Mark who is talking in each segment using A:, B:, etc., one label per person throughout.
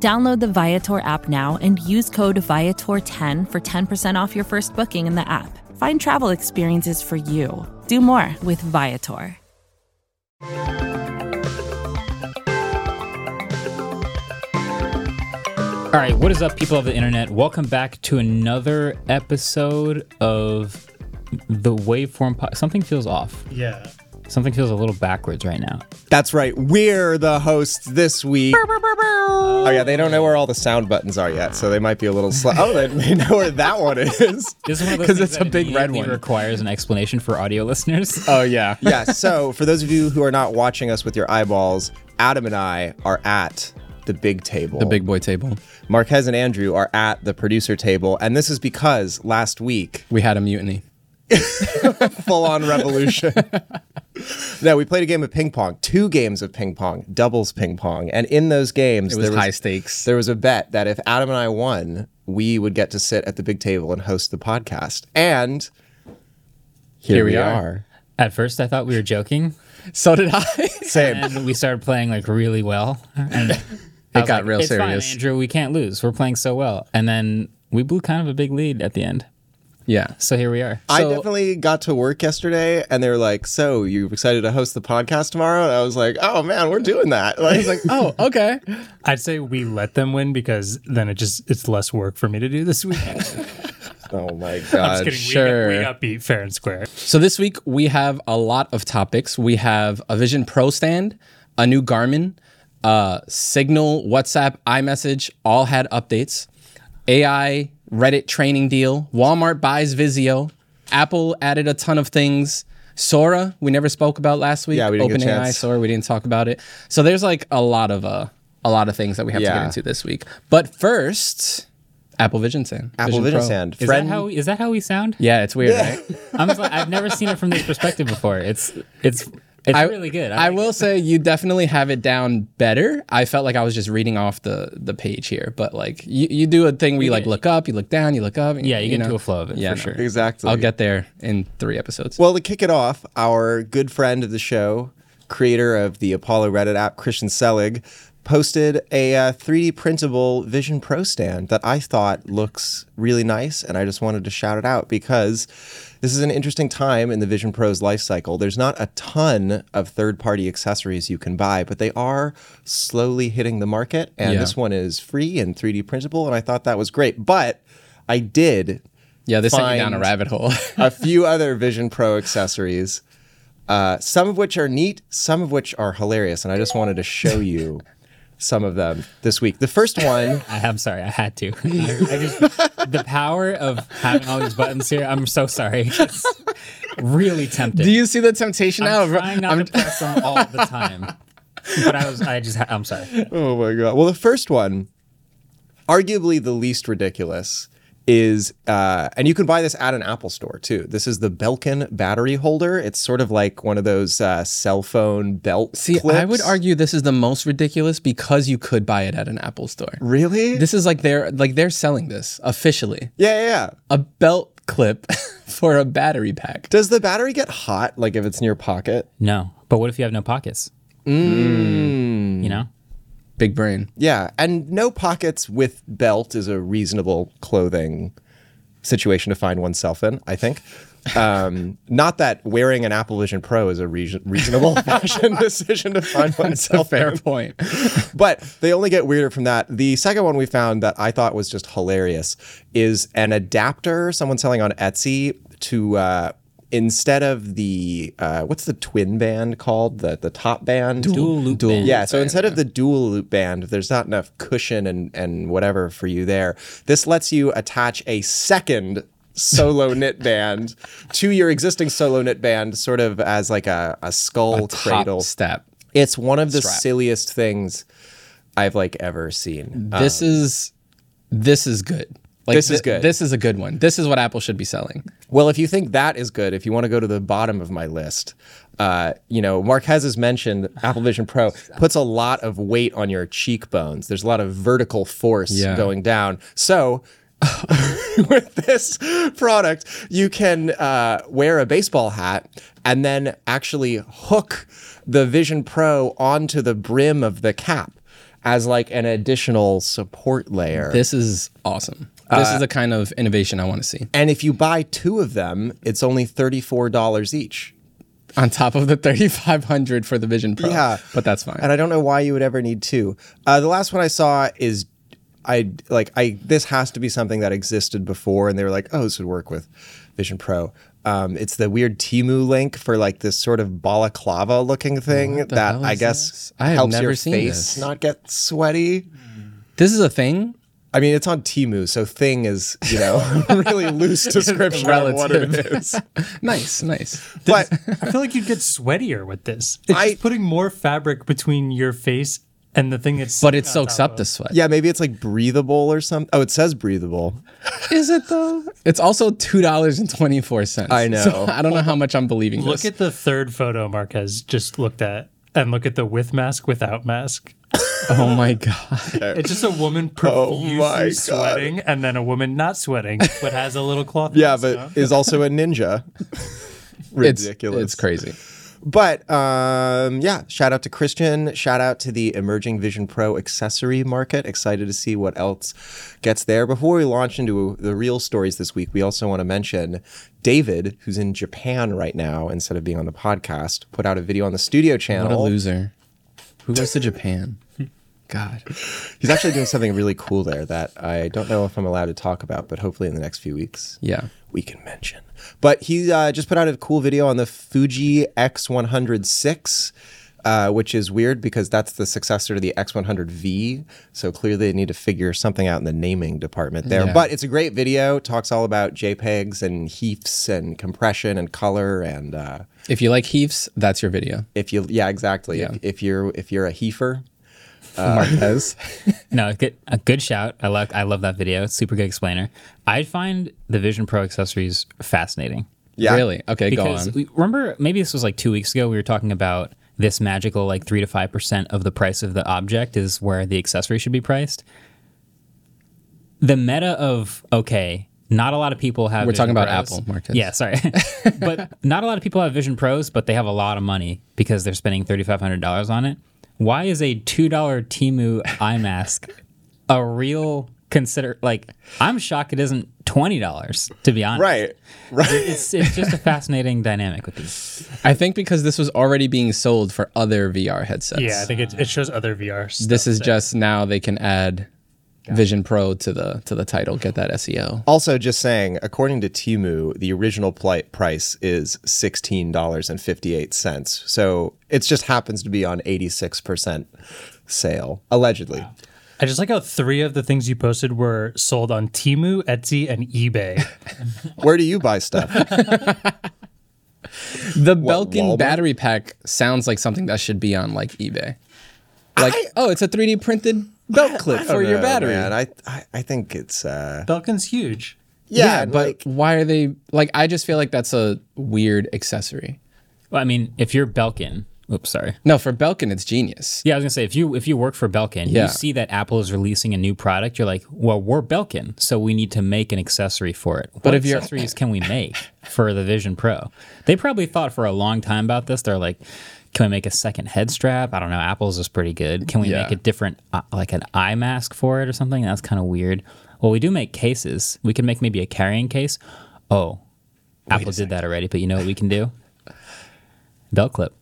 A: Download the Viator app now and use code Viator10 for 10% off your first booking in the app. Find travel experiences for you. Do more with Viator.
B: All right, what is up, people of the internet? Welcome back to another episode of the Waveform. Po- Something feels off.
C: Yeah.
B: Something feels a little backwards right now.
D: That's right. We're the hosts this week. Oh yeah, they don't know where all the sound buttons are yet, so they might be a little slow. Oh, they may know where that one is.
B: This is one of those
D: Because
B: things
D: it's
B: that
D: a big red
B: immediately
D: one.
B: Requires an explanation for audio listeners.
D: Oh yeah. yeah. So for those of you who are not watching us with your eyeballs, Adam and I are at the big table.
E: The big boy table.
D: Marquez and Andrew are at the producer table, and this is because last week
E: We had a mutiny.
D: full on revolution. no, we played a game of ping pong, two games of ping pong, doubles ping pong. And in those games,
E: It was
D: there,
E: high
D: was,
E: stakes.
D: there was a bet that if Adam and I won, we would get to sit at the big table and host the podcast. And here,
E: Here
D: we,
E: we are.
D: are.
B: At first, I thought we were joking,
E: So did I.
D: Same.
B: and we started playing like really well. And it
E: it got real
B: it's
E: serious.
B: Fine, Andrew, we can't lose. We're playing so well, and then we blew kind of a big lead at the end.
E: Yeah.
B: So here we are.
D: I
E: So-
D: definitely got to work yesterday and they were like, So, you excited to host the podcast tomorrow? And I was like, Oh man, we're doing that. Like, like
E: Oh, okay.
C: I'd say we let them win because then it just it's less work for me to do this week.
D: oh my
C: I'm just
D: God.
C: kidding. We, got,
E: sure.
C: we got beat fair and square.
E: So this week we have a lot of topics. We have a Vision Pro stand, a new Garmin, uh, Signal, WhatsApp, iMessage, all had updates. AI, Reddit training deal, Walmart buys Vizio, Apple added a ton of things. Sora, we never spoke about last week.
D: Yeah, we didn't get a
E: OpenAI,
D: chance.
E: Sora, we didn't talk about it. So there's like a lot of uh, a lot of things that we have to
D: Yeah.
E: get into this week. But first, Apple Vision Stand.
D: Apple Vision
E: Pro.
D: Sand.
B: Is
D: Friend,
B: that how is that how we sound?
E: Yeah, it's weird, right?
B: I'm just like, I've never seen it from this perspective before. It's it's it's really good.
E: I,
B: like
E: will say you definitely have it down better. I felt like I was just reading off the the page here, but like you, you do a thing where you like look up, you look down, you look up.
B: Yeah, you get into a flow of it, for sure.
D: exactly.
E: I'll get there in three episodes.
D: Well, to kick it off, our good friend of the show, creator of the Apollo Reddit app, Christian Selig, posted a uh, 3D printable Vision Pro stand that I thought looks really nice. And I just wanted to shout it out because this is an interesting time in the Vision Pro's life cycle. There's not a ton of third party accessories you can buy, but they are slowly hitting the market. And
E: Yeah.
D: this one is free and 3D printable. And I thought that was great. But I did
E: yeah, this sent you down a
D: find-
E: rabbit hole.
D: a few other Vision Pro accessories, uh, some of which are neat, some of which are hilarious. And I just wanted to show you some of them this week. The first one,
B: I, am sorry, I had to. I, I just the power of having all these buttons here. I'm so sorry. It's really tempting.
E: do you see the temptation now?
B: I'm
E: of-
B: trying not to press them all the time. But I was, I just, ha- I'm sorry.
D: oh my God. Well, the first one, arguably the least ridiculous, is, uh, and you can buy this at an Apple store too. This is the Belkin battery holder. It's sort of like one of those uh, cell phone belt
E: see, I would
D: clips.
E: argue this is the most ridiculous because you could buy it at an Apple store.
D: Really?
E: This is like they're like they're selling this officially.
D: yeah, yeah, yeah.
E: A belt clip for a battery pack.
D: Does the battery get hot, like if it's in your pocket?
B: No, but what if you have no pockets? You know,
E: Big brain.
D: Yeah, and no pockets with belt is a reasonable clothing situation to find oneself in, I think. Um, not that wearing an Apple Vision Pro is a reason reasonable fashion decision to find
E: That's a
D: oneself
E: fair point.
D: but they only get weirder from that. The second one we found that I thought was just hilarious is an adapter someone selling on Etsy to uh, instead of the uh, what's the twin band called the the top band
B: Dual loop band.
D: yeah so instead of the dual loop band there's not enough cushion and and whatever for you there this lets you attach a second solo knit band to your existing solo knit band sort of as like a, a skull cradle
E: Top step.
D: it's one of the
E: Strap.
D: silliest things I've like ever seen. Uh,
E: this is this is good. Like
D: This is good.
E: This is a good one. This is what Apple should be selling.
D: Well, if you think that is good, if you want to go to the bottom of my list, uh, you know, Marquez has mentioned Apple Vision Pro puts a lot of weight on your cheekbones. There's a lot of vertical force
E: Yeah.
D: going down. So, with this product, you can uh, wear a baseball hat and then actually hook the Vision Pro onto the brim of the cap as like an additional support layer.
E: This is awesome.
D: Uh,
E: This is the kind of innovation I want to see.
D: and if you buy two of them, it's only $34 each.
E: On top of the 3500 for the Vision Pro.
D: Yeah.
E: But that's fine.
D: and I don't know why you would ever need two. Uh, the last one I saw is, I like I this has to be something that existed before, and they were like, oh, this would work with Vision Pro. Um, it's the weird Timu link for like this sort of balaclava looking thing
E: the
D: that
E: hell
D: I
E: is
D: guess
E: this? I have
D: helps
E: never
D: your
E: seen
D: face
E: this.
D: not get sweaty.
E: This is a thing.
D: I mean, it's on Timu, so thing is you know really loose description of what it
E: Relative.
D: is.
E: Nice, nice.
D: But
C: I feel like you'd get sweatier with this. It's
D: I-
C: just putting more fabric between your face and the thing that's.
E: But it soaks up the sweat.
D: yeah, maybe it's like breathable or something. Oh, it says breathable.
E: Is it though? It's also two dollars and twenty four cents.
D: I know.
E: So I don't know how much I'm believing.
C: Look
E: this.
C: at the third photo Marquez just looked at, and look at the with mask, without mask.
E: oh my god.
C: It's just a woman
D: my
C: profusely
D: God.
C: sweating, and then a woman not sweating, but has a little cloth.
D: Yeah,
C: mask
D: but
C: on.
D: is also a ninja.
E: It's
D: Ridiculous.
E: It's crazy.
D: But um, yeah, shout out to Christian. Shout out to the emerging Vision Pro accessory market. Excited to see what else gets there. Before we launch into the real stories this week, we also want to mention David, who's in Japan right now instead of being on the podcast, put out a video on the studio
E: What a
D: channel.
E: loser. Who goes to Japan? God.
D: He's actually doing something really cool there that I don't know if I'm allowed to talk about, but hopefully in the next few weeks.
E: Yeah.
D: we can mention. But he uh, just put out a cool video on the Fuji X106, uh, which is weird because that's the successor to the X100V. So clearly they need to figure something out in the naming department there.
E: Yeah.
D: But it's a great video. Talks all about JPEGs and heaps and compression and color and uh,
E: If you like heaves, that's your video.
D: if you yeah exactly
E: Yeah.
D: If, if you're if you're a uh, heifer.
E: Marquez.
B: No, good, a good shout. I like, I love that video. It's super good explainer. I find the Vision Pro accessories fascinating.
D: Yeah.
E: Really? Okay,
B: because
E: go on.
B: we, remember maybe this was like two weeks ago we were talking about this magical like three to five percent of the price of the object is where the accessory should be priced the meta of okay not a lot of people have
E: We're talking
B: Vision
E: about
B: Pros.
E: Apple, Marcus.
B: yeah sorry but not a lot of people have vision pros but they have a lot of money because they're spending $3500 on it why is a $2 timu eye mask a real consider like i'm shocked it isn't $20 to be honest
D: Right. Right.
B: it's, it's just a fascinating dynamic with these.
E: I think because this was already being sold for other VR headsets.
C: yeah, I think it, it shows other VR. Stuff
E: This is
C: there.
E: just now they can add Vision Pro to the to the title, get that E SEO.
D: Also, just saying, according to Timu, the original pli- price is sixteen dollars and fifty-eight cents. So it just happens to be on eighty-six percent sale, allegedly.
C: I just like how three of the things you posted were sold on Timu, Etsy, and eBay.
D: Where do you buy stuff?
E: The Belkin
D: Walmart?
E: battery pack sounds like something that should be on like eBay. Like, oh, it's a 3D printed belt clip for your
D: No,
E: battery.
D: man, I, I I think it's uh
C: Belkin's huge.
D: yeah,
E: but
D: but
E: why are they like? I just feel like that's a weird accessory.
B: Well, I mean, if you're Belkin, oops, sorry.
E: No, for Belkin, it's genius.
B: Yeah, I was gonna say if you if you work for Belkin,
E: Yeah.
B: you see that Apple is releasing a new product, you're like, well, we're Belkin, so we need to make an accessory for it. But what
E: if you're-
B: accessories can we make for the Vision Pro? They probably thought for a long time about this. They're like, can we make a second head strap? I don't know. Apple's is pretty good. Can we
E: Yeah.
B: make a different uh, like an eye mask for it or something? That's kind of weird. Well, we do make cases. We can make maybe a carrying case. Oh, Apple did that already. But you know what we can do? Belt clip.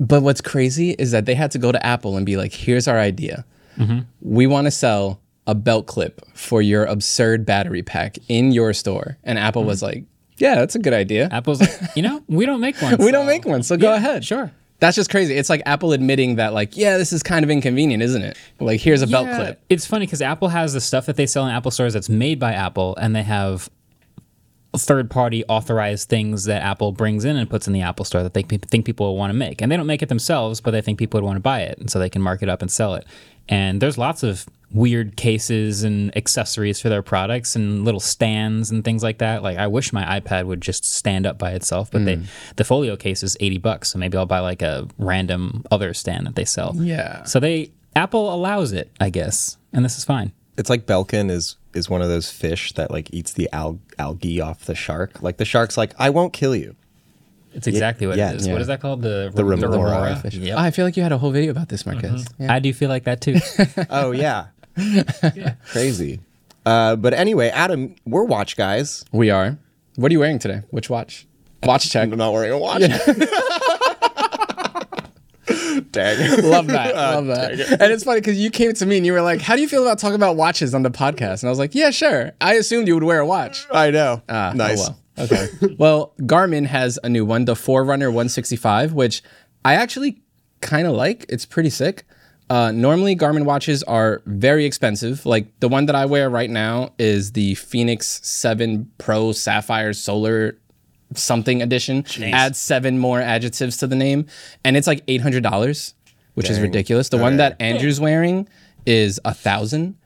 E: But what's crazy is that they had to go to Apple and be like, here's our idea.
B: Mm-hmm.
E: We want to sell a belt clip for your absurd battery pack in your store. And Apple was
B: Mm-hmm.
E: like, yeah, that's a good idea.
B: Apple's like, you know, we don't make one.
E: we don't make one, so go ahead.
B: sure.
E: That's just crazy. It's like Apple admitting that, like, yeah, this is kind of inconvenient, isn't it? Like, here's a belt clip.
B: It's funny because Apple has the stuff that they sell in Apple stores that's made by Apple, and they have third party authorized things that Apple brings in and puts in the Apple store that they pe- think people will want to make. And they don't make it themselves, but they think people would want to buy it. And so they can mark it up and sell it. And there's lots of weird cases and accessories for their products and little stands and things like that. Like I wish my iPad would just stand up by itself, but
D: Hmm.
B: they the folio case is 80 bucks, so maybe I'll buy like a random other stand that they sell.
E: Yeah.
B: So they Apple allows it, I guess. And this is fine.
D: It's like Belkin is is one of those fish that like eats the al- algae off the shark. Like the shark's like, I won't kill you.
B: It's exactly what
D: yeah,
B: it is.
D: yeah.
B: What is that called? The
D: The remora
E: fish.
B: Yep.
E: Ah,
B: Mm-hmm.
E: I feel like you had a whole video about this, Marquez. Yeah.
B: I do feel like that too.
D: Oh yeah, crazy. Uh, but anyway, Adam, we're watch guys.
E: We are. What are you wearing today? Which watch? Watch check.
D: I'm not wearing a watch. Dang.
E: Love that. Love that. And it's funny because you came to me and you were like, How do you feel about talking about watches on the podcast? And I was like, Yeah, sure. I assumed you would wear a watch.
D: I know.
E: Ah, oh
D: nice.
E: well. Okay. well, Garmin has a new one, the Forerunner 165, which I actually kind of like. It's pretty sick. Uh, normally, Garmin watches are very expensive. Like the one that I wear right now is the Phoenix 7 Pro Sapphire Solar something edition. Add seven more adjectives to the name, and it's like eight hundred dollars, which is ridiculous. The one that Andrew's wearing is a thousand.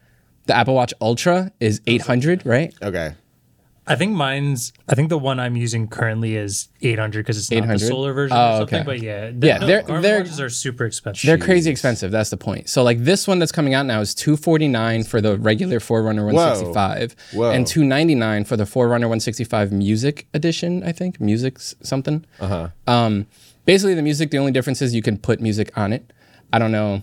E: The Apple Watch Ultra is eight hundred, right?
D: Okay.
C: I think mine's. I think the one I'm using currently is 800 because it's not
E: 800?
C: the solar version
E: Oh,
C: or something.
E: okay.
C: But yeah,
E: Yeah, they're-
C: Garmin
E: they're-
C: watches are super expensive.
E: They're crazy expensive. That's the point. So like this one that's coming out now is two forty nine for the regular Forerunner one sixty five,
D: Whoa.
E: and two ninety nine for the Forerunner one sixty five Music Edition. I think music s- something. Uh
D: Uh-huh.
E: huh. Um, basically the music. The only difference is you can put music on it. I don't know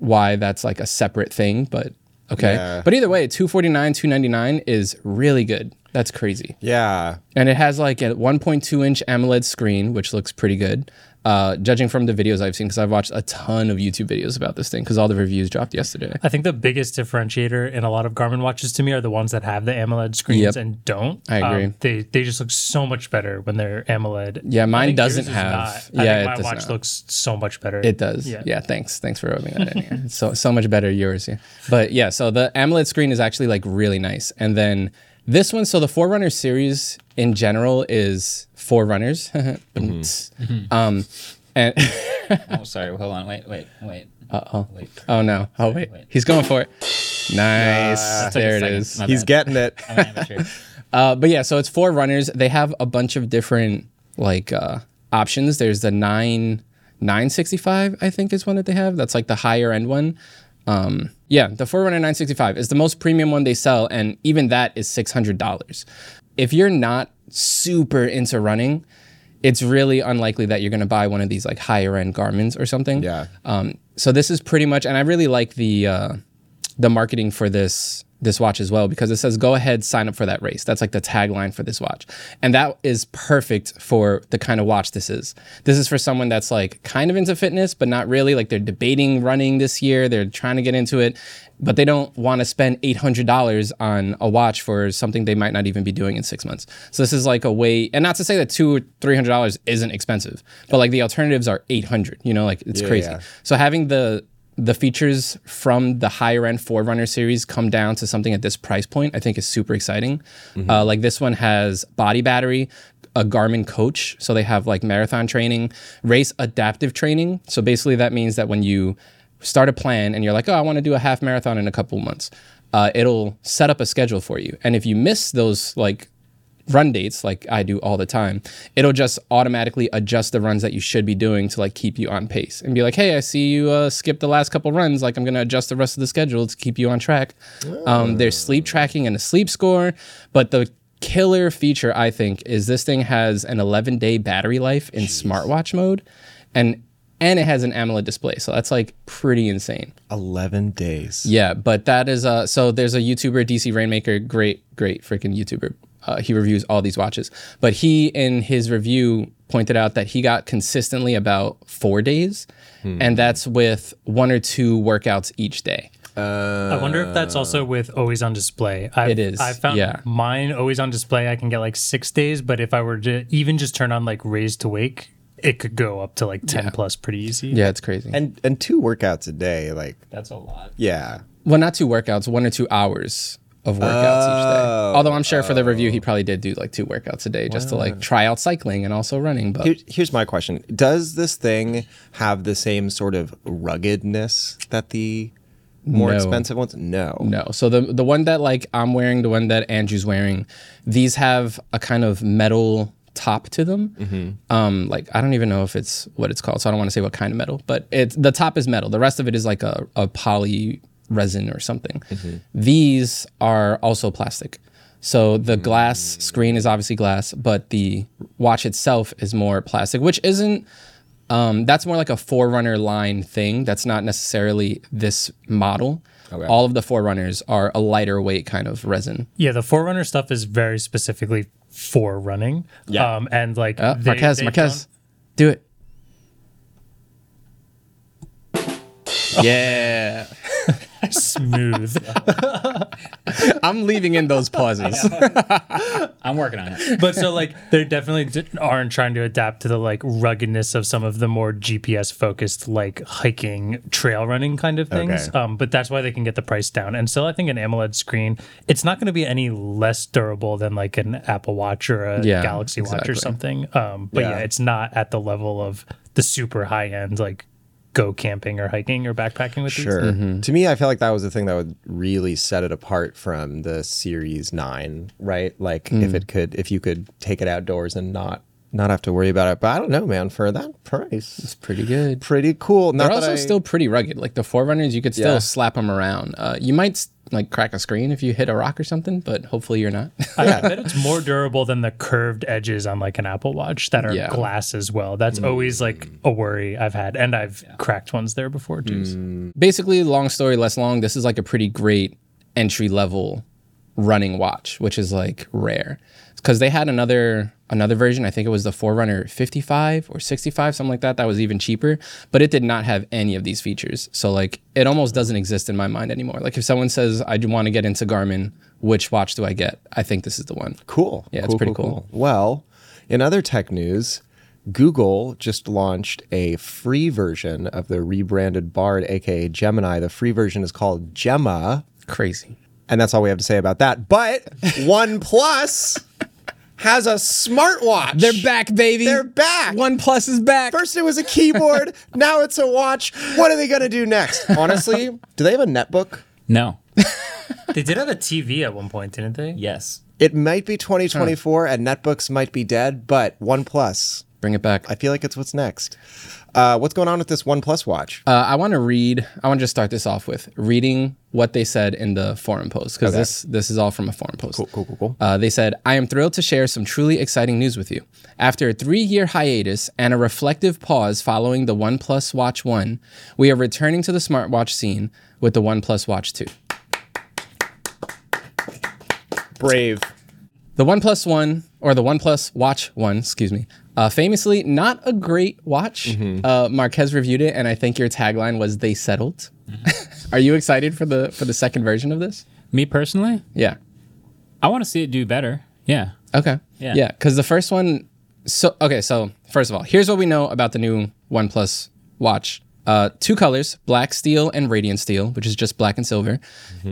E: why that's like a separate thing, but okay.
D: Yeah.
E: But either way, two forty nine, two ninety nine is really good. That's crazy.
D: Yeah.
E: And it has like a 1.2 inch AMOLED screen, which looks pretty good, uh, judging from the videos I've seen, because I've watched a ton of YouTube videos about this thing, because all the reviews dropped yesterday.
C: I think the biggest differentiator in a lot of Garmin watches to me are the ones that have the AMOLED screens
E: Yep.
C: and don't. Um,
E: I agree.
C: they they just look so much better when they're AMOLED.
E: Yeah,
C: I
E: mine
C: think
E: doesn't
C: yours is
E: have-
C: Not.
E: yeah,
C: I
E: it
C: think
E: does
C: my watch
E: not.
C: looks so much better.
E: It does. Yeah.
C: Yeah.
E: thanks. Thanks for rubbing that in. here. It's so so much better yours. Yeah. But yeah, so the AMOLED screen is actually like really nice. And then this one, so the Forerunner series in general is Forerunners. Um, and
B: oh, sorry. Hold on. Wait, wait, wait.
E: oh, oh no, oh wait, he's going for it. Nice. there it is.
D: He's getting it.
B: getting.
E: Uh, but yeah, so it's four runners. They have a bunch of different like uh, options. There's the nine nine sixty five, I think, is one that they have. That's like the higher end one. Um, yeah, the Forerunner 965 is the most premium one they sell, and even that is $600. If you're not super into running, it's really unlikely that you're going to buy one of these like higher end Garmin's or something.
D: Yeah.
E: Um, so this is pretty much, and I really like the uh, the marketing for this this watch as well because it says go ahead sign up for that race that's like the tagline for this watch and that is perfect for the kind of watch this is this is for someone that's like kind of into fitness but not really like they're debating running this year they're trying to get into it but they don't want to spend $800 on a watch for something they might not even be doing in six months so this is like a way and not to say that two or three hundred dollars isn't expensive but like the alternatives are 800 you know like it's crazy
D: yeah.
E: so having the the features from the higher end Forerunner series come down to something at this price point, I think is super exciting. Uh, like this one has body battery, a Garmin coach. So they have like marathon training, race adaptive training. So basically, that means that when you start a plan and you're like, oh, I want to do a half marathon in a couple months, uh, it'll set up a schedule for you. And if you miss those like run dates like I do all the time, it'll just automatically adjust the runs that you should be doing to like keep you on pace and be like, hey, I see you uh, skipped the last couple runs. Like I'm gonna adjust the rest of the schedule to keep you on track. Um, there's sleep tracking and a sleep score, but the killer feature I think is this thing has an 11 day battery life in smartwatch mode, and and it has an AMOLED display, so that's like pretty insane.
D: 11 days.
E: Yeah, but that is uh so there's a YouTuber DC Rainmaker, great great freaking YouTuber. Uh, he reviews all these watches, but he in his review pointed out that he got consistently about 4 days and that's with one or two workouts each day.
C: I wonder if that's also with always on display. I've,
E: It is,
C: I found
E: yeah.
C: mine always on display. I can get like six days, but if I were to even just turn on like raise to wake, it could go up to like ten plus pretty easy.
E: Yeah, it's crazy.
D: And and two workouts a day like
B: That's a lot.
D: yeah.
E: well, not two workouts, one or two hours of workouts each day. Although I'm sure for the review he probably did do like two workouts a day just to like try out cycling and also running, but
D: Here, here's my question. Does this thing have the same sort of ruggedness that the more
E: No.
D: expensive ones? No.
E: No. So the the one that like I'm wearing, the one that Andrew's wearing, these have a kind of metal top to them. Um, like I don't even know if it's what it's called, so I don't want to say what kind of metal, but it's the top is metal. The rest of it is like a, a poly resin or something. These are also plastic. So the glass screen is obviously glass, but the watch itself is more plastic, which isn't um, that's more like a Forerunner line thing. That's not necessarily this model. All of the Forerunners are a lighter weight kind of resin.
C: Yeah, the Forerunner stuff is very specifically for running.
D: Yeah.
C: Um, and like
E: Uh,
C: they-
E: Marquez,
C: they
E: Marquez, do it. Yeah,
C: don't- smooth.
E: I'm leaving in those pauses.
B: I'm working on it.
C: but so like they definitely d- aren't trying to adapt to the like ruggedness of some of the more GPS focused like hiking trail running kind of things.
D: Okay.
C: Um, but that's why they can get the price down. And still, I think an AMOLED screen it's not going to be any less durable than like an Apple Watch or a
E: Yeah,
C: Galaxy Watch or
E: exactly.
C: something. Um, but yeah.
D: Yeah.
C: it's not at the level of the super high end like go camping or hiking or backpacking with
D: Sure.
C: these.
E: Mm-hmm.
D: To me, I feel like that was the thing that would really set it apart from the Series Nine, right? Like
E: Mm.
D: if it could, if you could take it outdoors and not not have to worry about it. But I don't know, man. For that price,
E: It's pretty good.
D: pretty cool. Not
E: They're
D: that
E: also
D: I-
E: still pretty rugged. Like the Forerunners, you could still
D: Yeah.
E: slap them around. Uh, you might s- like crack a screen if you hit a rock or something, but hopefully you're not.
C: I bet it's more durable than the curved edges on like an Apple Watch that are
E: Yeah. Mm.
C: glass as well. That's always like a worry I've had, and I've cracked ones there before too. so-
E: Mm. basically long story less long this is like a pretty great entry level running watch which is like rare because they had another another version i think it was the forerunner 55 or 65 something like that that was even cheaper but it did not have any of these features so like it almost doesn't exist in my mind anymore like if someone says i want to get into garmin which watch do i get i think this is the one
D: Cool.
E: Yeah, it's pretty cool.
D: Well, in other tech news, Google just launched a free version of the rebranded Bard, aka Gemini. The free version is called Gemma,
E: crazy
D: and that's all we have to say about that. But OnePlus has a smartwatch.
E: they're back baby
D: They're back.
E: one plus is back
D: First it was a keyboard, now it's a watch. What are they gonna do next? Honestly, do they have a netbook?
B: No.
C: They did have a TV at one point, didn't they?
B: Yes.
D: It might be 2024 and netbooks might be dead, but OnePlus,
E: bring it back
D: I feel like it's what's next. Uh, what's going on with this OnePlus watch?
E: Uh, I want to read. I want to just start this off with reading what they said in the forum post because this this is all from a forum post. Cool,
D: cool, cool, cool.
E: Uh, they said, "I am thrilled to share some truly exciting news with you. After a three-year hiatus and a reflective pause following the OnePlus Watch One, we are returning to the smartwatch scene with the OnePlus Watch Two.
D: Brave.
E: The OnePlus One or the OnePlus Watch One, excuse me." Uh, famously, not a great watch. Uh, Marquez reviewed it, and I think your tagline was "They settled." Are you excited for the for the second version of this?
B: Me personally,
E: Yeah.
B: I want to see it do better. Yeah.
E: Okay.
B: Yeah.
E: Yeah. Because the first one. So okay. So first of all, here's what we know about the new OnePlus watch. Uh, two colors, black steel and radiant steel, which is just black and silver.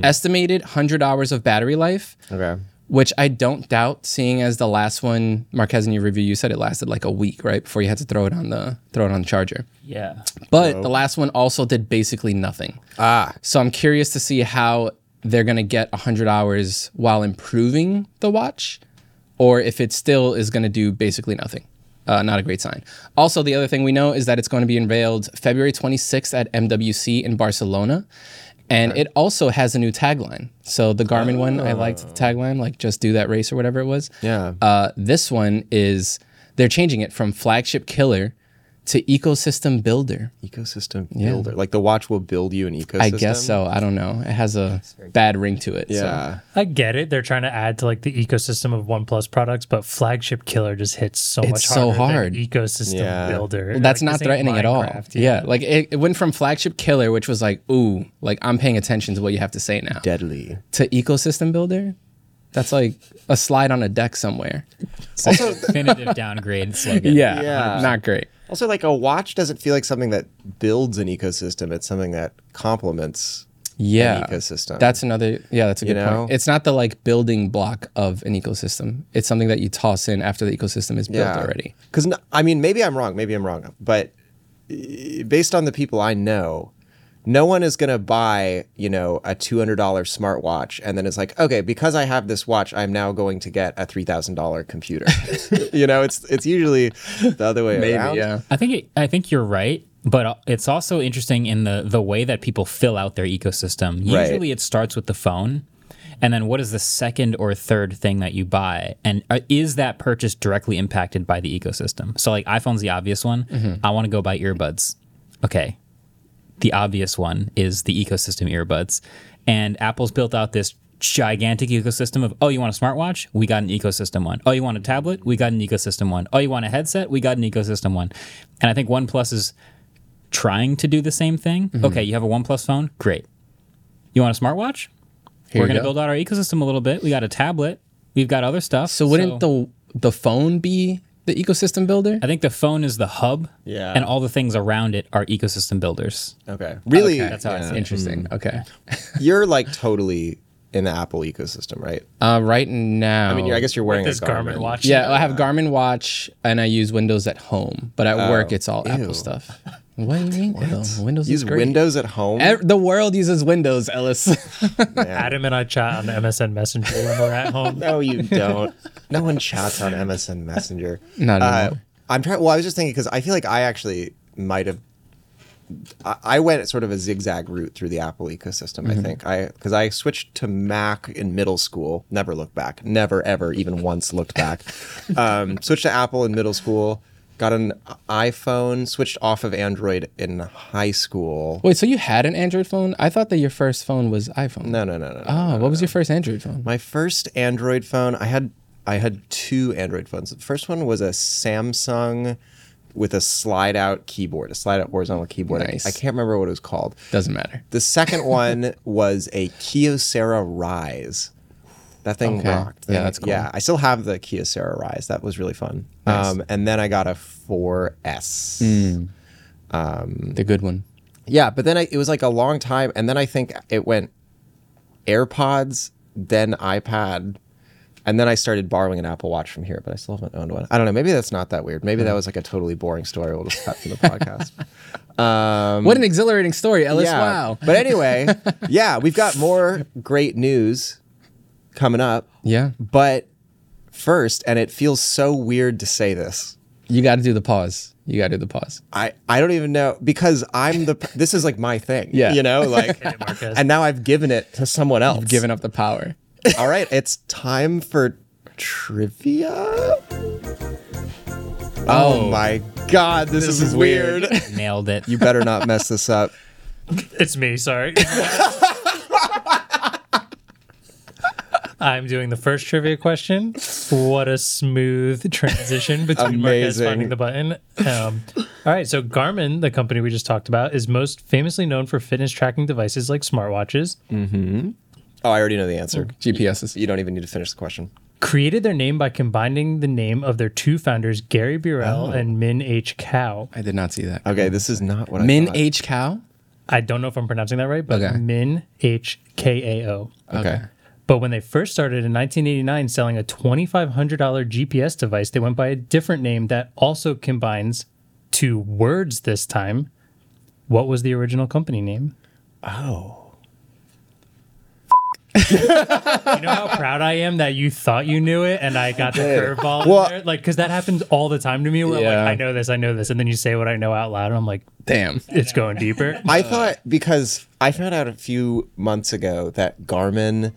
E: Estimated 100 hours of battery life,
D: Okay.
E: which I don't doubt, seeing as the last one, Marquez, in your review, you said it lasted like a week, right, before you had to throw it on the throw it on the charger.
B: Yeah.
E: But the last one also did basically nothing. Ah. So I'm curious to see how they're going to get 100 hours while improving the watch or if it still is going to do basically nothing. Uh, not a great sign. Also, the other thing we know is that it's going to be unveiled February 26th at MWC in Barcelona. And it also has a new tagline. So the Garmin one, I liked the tagline, like just do that race or whatever it was.
D: Yeah.
E: Uh, this one is they're changing it from flagship killer to ecosystem builder.
D: Ecosystem builder. Like the watch will build you an ecosystem.
E: I guess so. I don't know. It has a bad ring to it. so.
D: Yeah.
C: I get it. They're trying to add to like the ecosystem of OnePlus products, but flagship killer just hits so
E: It's
C: much
E: so
C: harder
E: hard.
C: than ecosystem
D: Yeah.
C: builder.
E: Well, that's
C: Like,
E: not
C: this ain't
E: threatening at all.
C: Minecraft,
E: Yeah. Like it, it went from flagship killer, which was like, ooh, like I'm paying attention to what you have to say now,
D: Deadly.
E: to ecosystem builder. That's like a slide on a deck somewhere.
B: Also, definitive downgrade slogan.
E: Yeah.
D: Yeah.
E: Not great.
D: Also, like a watch doesn't feel like something that builds an ecosystem. It's something that complements.
E: Yeah.
D: ecosystem.
E: That's another, yeah, that's a
D: You
E: good
D: know?
E: point. It's not the like building block of an ecosystem. It's something that you toss in after the ecosystem is built already.
D: Because eh, I mean, maybe I'm wrong. Maybe I'm wrong. But uh, based on the people I know, no one is going to buy, you know, a $200 smartwatch and then it's like, okay, because I have this watch, I'm now going to get a $3,000 computer. you know, it's it's usually the other way
E: Maybe,
D: around.
E: yeah.
B: I think it, I think you're right, but uh, it's also interesting in the the way that people fill out their ecosystem.
D: Right.
B: Usually, it starts with the phone, and then what is the second or third thing that you buy, and uh, is that purchase directly impacted by the ecosystem? So, like iPhone's the obvious one.
E: Mm-hmm.
B: I want to go buy earbuds. Okay, the obvious one is the ecosystem earbuds, and Apple's built out this. Gigantic ecosystem of oh you want a smartwatch we got an ecosystem one. Oh you want a tablet we got an ecosystem one. Oh you want a headset we got an ecosystem one, and I think OnePlus is trying to do the same thing.
E: Mm-hmm.
B: Okay, you have a OnePlus phone, great. You want a smartwatch?
E: Here
B: We're
E: you
B: going to
E: go.
B: build out our ecosystem a little bit. We got a tablet. We've got other stuff.
E: So wouldn't the the phone be the ecosystem builder?
B: I think the phone is the hub,
D: Yeah.
B: and all the things around it are ecosystem builders.
D: Okay. Really,
B: That's how I see it.
E: Interesting. Mm. Okay.
D: you're like totally in the Apple ecosystem, right?
E: Uh, right now,
D: I mean, you're, I guess you're wearing
C: this
D: a
C: Garmin
D: Garmin,
C: watch.
E: Yeah, I have Garmin watch and I use Windows at home, but at work it's all Apple stuff. What do you mean? ew? Windows
D: Oh, Use
E: is great.
D: Windows at home.
E: Ev- the world uses Windows, Ellis.
C: Adam and I chat on MSN Messenger when we're at home.
D: No, you don't. no one chats on MSN Messenger.
E: Not
D: uh,
E: anymore.
D: I'm trying. Well, I was just thinking because I feel like I actually might have. I, I went sort of a zigzag route through the Apple ecosystem.
E: Mm-hmm.
D: I think I because I switched to Mac in middle school. Never looked back. Never ever even once looked back. um, switched to Apple in middle school. Got an iPhone. Switched off of Android in high school.
E: Wait, so you had an Android phone? I thought that your first phone was iPhone.
D: No, no, no, no. no.
E: Oh, what was your first Android phone?
D: My first Android phone, I had I had two Android phones. The first one was a Samsung with a slide out keyboard, a slide out horizontal keyboard. I-
E: Nice.
D: I, can't remember what it was called.
E: Doesn't matter.
D: The second one was a Kyocera Rise. That thing
E: Okay.
D: rocked.
E: Yeah, that's cool.
D: Yeah, I still have the Kyocera Rise. That was really fun. Um, and then I got a 4S.
E: Hmm. The good one.
D: Yeah, but then I, it was like a long time, and then I think it went AirPods, then iPad, and then I started borrowing an Apple Watch from here, but I still haven't owned one. I don't know. Maybe that's not that weird. Maybe that was like a totally boring story. We'll just cut from the podcast.
E: what an exhilarating story, Ellis.
D: Um, yeah.
E: Wow.
D: But anyway, yeah, we've got more great news coming up.
E: Yeah.
D: But first, and it feels so weird to say this.
E: You got to do the pause. You got to do the pause.
D: I, I don't even know because I'm the this is like my thing.
E: Yeah.
D: You know, like
C: Marcus.
D: and now I've given it to someone else.
E: Giving up the power.
D: All right, it's time for trivia. Oh, my god, Oh. this, is, weird.
B: Nailed it.
D: you better not mess this up.
C: It's me, sorry. I'm doing the first trivia question. What a smooth transition between Marquez
D: Amazing.
C: finding the button. Um, all right, so Garmin, the company we just talked about, is most famously known for fitness tracking devices like smartwatches.
D: Oh, I already know the answer.
E: GPSs.
D: You don't even need to finish the question.
C: Created their name by combining the name of their two founders, Gary Burrell and Min H. Cow.
E: I did not see that.
D: Okay, this is not what I
E: Min
D: thought.
E: H. Cow.
C: I don't know if I'm pronouncing that right, but
E: Okay.
C: Min H. K. A. O.
D: Okay.
C: But when they first started in 1989 selling a $2,500 GPS device, they went by a different name that also combines two words this time. What was the original company name? Oh. you know how proud I am that you thought you knew it and I got the curveball in
D: Well-
C: there? Like, because that happens all the time to me where I'm
E: Yeah.
C: like, I know this, I know this. And then you say what I know out loud and I'm like,
E: Damn.
C: it's going deeper.
E: Uh.
D: I thought because I found out a few months ago that Garmin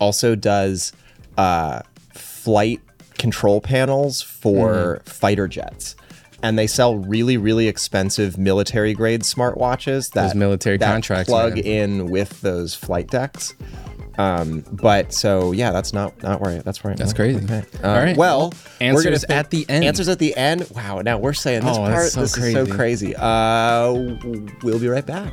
D: also does uh, flight control panels for
E: Mm-hmm.
D: fighter jets. And they sell really, really expensive military grade smartwatches that
E: Those military
D: that
E: contracts,
D: plug
E: man.
D: in with those flight decks. Um, but so yeah, that's not not where I, that's where I Uh,
E: That's crazy. All right.
D: Well, we're gonna
E: answers
D: think-
E: at the end.
D: Answers at the end. Wow. Now we're saying this
E: Oh,
D: part.
E: that's so
D: this is so
E: crazy.
D: crazy. Uh, we'll be right back.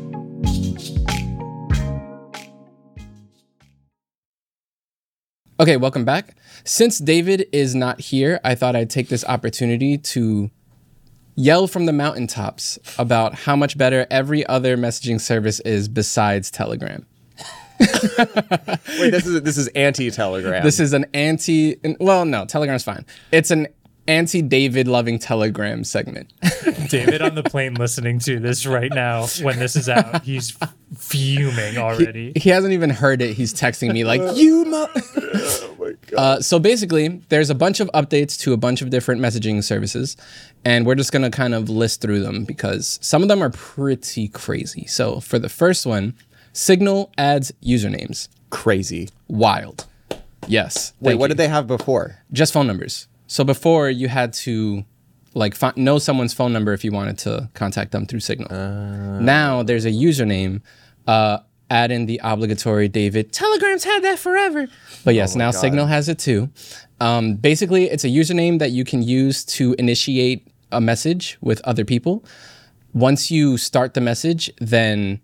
E: Okay, welcome back. Since David is not here, I thought I'd take this opportunity to yell from the mountaintops about how much better every other messaging service is besides Telegram.
D: Wait, this is this is anti-telegram.
E: This is an anti, well, no, Telegram's fine. It's an anti David loving Telegram segment.
C: David on the plane listening to this right now when this is out, he's fuming already.
E: He hasn't even heard it. He's texting me like, "You mu." Uh, so basically, there's a bunch of updates to a bunch of different messaging services, and we're just gonna kind of list through them because some of them are pretty crazy. So for the first one, Signal adds usernames.
D: crazy.
E: Wild. Yes.
D: Wait,
E: thank
D: what
E: you.
D: did they have before?
E: Just phone numbers. So before you had to like fi- know someone's phone number if you wanted to contact them through Signal. now there's a username. Uh, add in the obligatory David. Telegram's had that forever. But yes, now Signal has it too. Um, basically, it's a username that you can use to initiate a message with other people. Once you start the message, then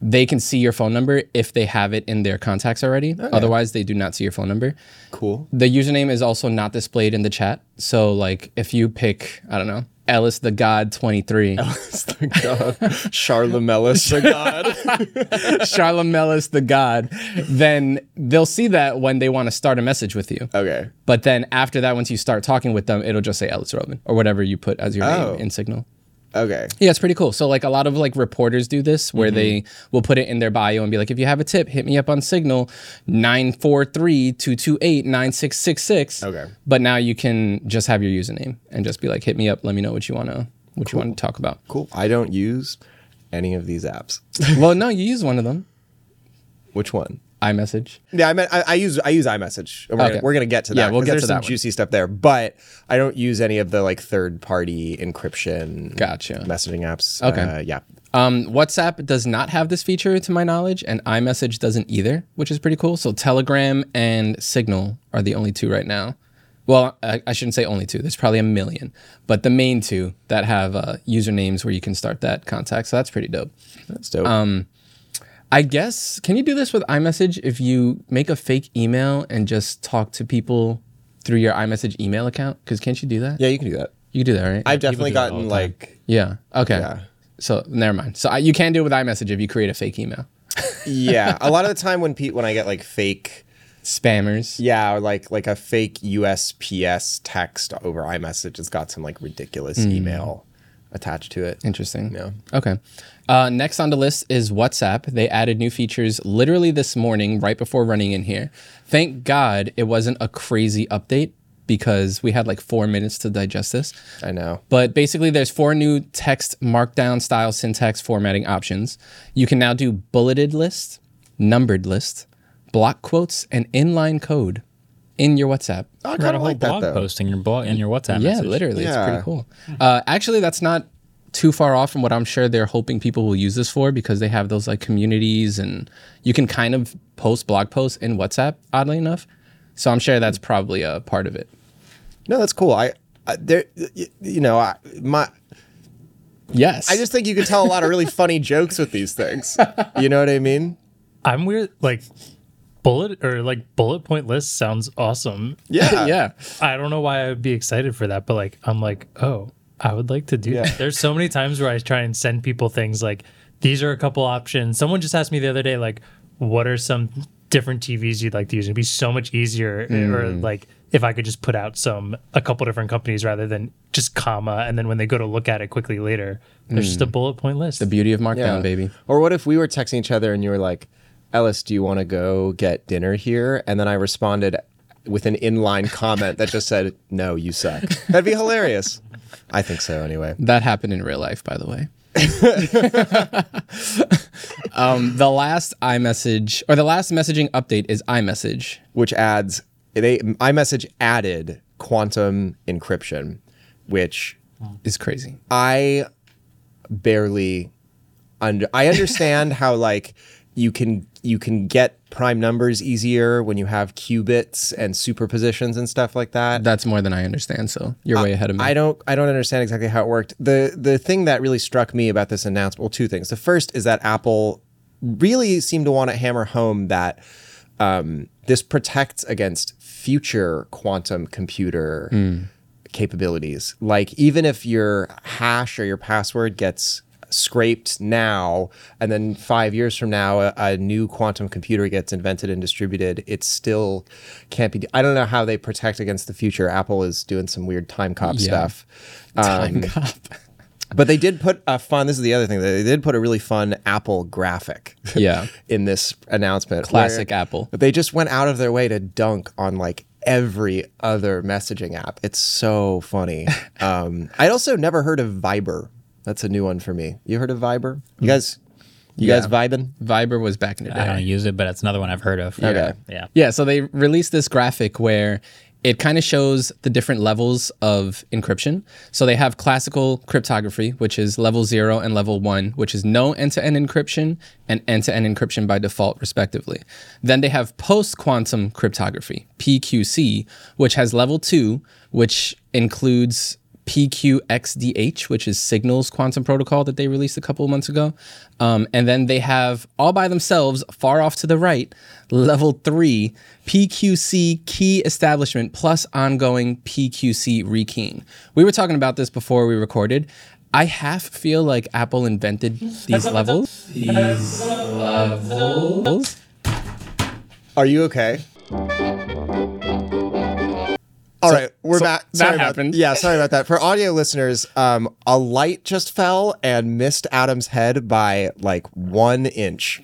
E: they can see your phone number if they have it in their contacts already. Otherwise, they do not see your phone number
D: Cool.
E: the username is also not displayed in the chat. So like if you pick, I don't know, Ellis the God 23,
D: Charlemellis the god.
E: Charlamelis the God, then they'll see that when they want to start a message with you.
D: Okay.
E: But then after that, once you start talking with them, it'll just say Ellis Robin or whatever you put as your
D: Oh.
E: name in Signal.
D: Okay.
E: Yeah, it's pretty cool. So like a lot of like reporters do this
D: Mm-hmm.
E: where they will put it in their bio and be like, if you have a tip, hit me up on Signal 943-228-9666.
D: Okay.
E: But now you can just have your username and just be like, hit me up, let me know what you wanna what you want to talk about.
D: Cool. I don't use any of these apps.
E: well, no, you use one of them.
D: Which one?
E: iMessage.
D: Yeah, I mean, I, I use I use iMessage. And We're,
E: Okay.
D: gonna, we're gonna get to that.
E: Yeah, we'll
D: 'cause
E: get
D: there's
E: to
D: some
E: that one.
D: juicy stuff there, but I don't use any of the like third party encryption
E: Gotcha.
D: messaging apps.
E: Okay.
D: Uh, yeah.
E: Um, WhatsApp does not have this feature to my knowledge, and iMessage doesn't either, which is pretty cool. So Telegram and Signal are the only two right now. Well, I, I shouldn't say only two. There's probably a million, but the main two that have uh, usernames where you can start that contact. So that's pretty dope.
D: That's dope. Um,
E: I guess can you do this with iMessage if you make a fake email and just talk to people through your iMessage email account? Because can't you do that?
D: yeah, you can do that.
E: you can do that, right?
D: I've definitely
B: do that all
D: gotten
B: the time.
D: like
E: yeah. Okay.
D: Yeah.
E: So never mind. So I, you can do it with iMessage if you create a fake email.
D: yeah. A lot of the time when Pete when I get like fake
E: Spammers.
D: yeah or like like a fake USPS text over iMessage, it's got some like ridiculous
B: Hmm.
D: email attached to it.
E: Interesting.
D: Yeah.
E: Okay. Uh, next on the list is WhatsApp. They added new features literally this morning, right before running in here. Thank God it wasn't a crazy update because we had like four minutes to digest this.
D: I know.
E: But basically, there's four new text markdown style syntax formatting options. You can now do bulleted list, numbered list, block quotes, and inline code in your WhatsApp.
D: I
B: Write
D: kind
B: a
D: of
B: whole
D: like that
B: blog
D: though.
B: post in your blog in your WhatsApp.
E: Yeah,
B: message.
E: literally. It's
D: Yeah.
E: pretty cool. Uh, actually, that's not too far off from what I'm sure they're hoping people will use this for because they have those like communities and you can kind of post blog posts in WhatsApp, oddly enough. So I'm sure that's probably a part of it.
D: No, that's cool. I, I there, y- you know, I my.
E: Yes.
D: I just think you can tell a lot of really funny jokes with these things. You know what I mean?
C: I'm weird like bullet or like bullet point list sounds awesome.
D: Yeah.
E: yeah.
C: I don't know why I would be excited for that, but like I'm like, oh, I would like to do that. There's so many times where I try and send people things like these are a couple options. Someone just asked me the other day, like, what are some different TVs you'd like to use? It'd be so much easier eh, or like if I could just put out some a couple different companies rather than just comma and then when they go to look at it quickly later, there's just a bullet point list.
E: The beauty of Markdown,
D: Yeah.
E: baby.
D: Or what if we were texting each other and you were like, Ellis, do you want to go get dinner here? And then I responded with an inline comment that just said, no, you suck. That'd be hilarious. I think so anyway.
E: That happened in real life, by the way. um, the last iMessage or the last messaging update is iMessage.
D: Which adds, they iMessage added quantum encryption. which
E: It's crazy.
D: I barely under I understand how like you can you can get prime numbers easier when you have qubits and superpositions and stuff like that.
E: That's more than I understand. So you're way ahead of
D: Uh,
E: me.
D: I don't I don't understand exactly how it worked. The the thing that really struck me about this announcement, well, two things. The first is that Apple really seemed to want to hammer home that um, this protects against future quantum computer capabilities. Like even if your hash or your password gets scraped now and then 5 years from now a, a new quantum computer gets invented and distributed it still can't be I don't know how they protect against the future Apple is doing some weird time cop stuff Um,
E: Time cop.
D: but they did put a fun this is the other thing they did put a really fun Apple graphic
E: Yeah.
D: in this announcement
E: Classic
D: where
E: Apple.
D: they just went out of their way to dunk on like every other messaging app it's so funny um i also never heard of viber that's a new one for me you heard of viber
E: Mm.
D: you guys you guys vibing
E: Viber was back in the day.
B: I don't use it, but it's another one I've heard of.
D: Okay.
B: Yeah.
E: Yeah, so they released this graphic where it kind of shows the different levels of encryption. So they have classical cryptography, which is level zero and level one, which is no end to end encryption and end to end encryption by default, respectively. Then they have post quantum cryptography, PQC, which has level two, which includes PQXDH, which is Signals Quantum Protocol that they released a couple of months ago. Um, and then they have, all by themselves, far off to the right, level three, PQC key establishment plus ongoing PQC rekeying. We were talking about this before we recorded. I half feel like Apple invented these levels. These levels.
D: Are you okay? All right, we're back.
E: that
D: Sorry about-
E: happened.
D: yeah, sorry about that. For audio listeners, um, a light just fell and missed Adam's head by like one inch.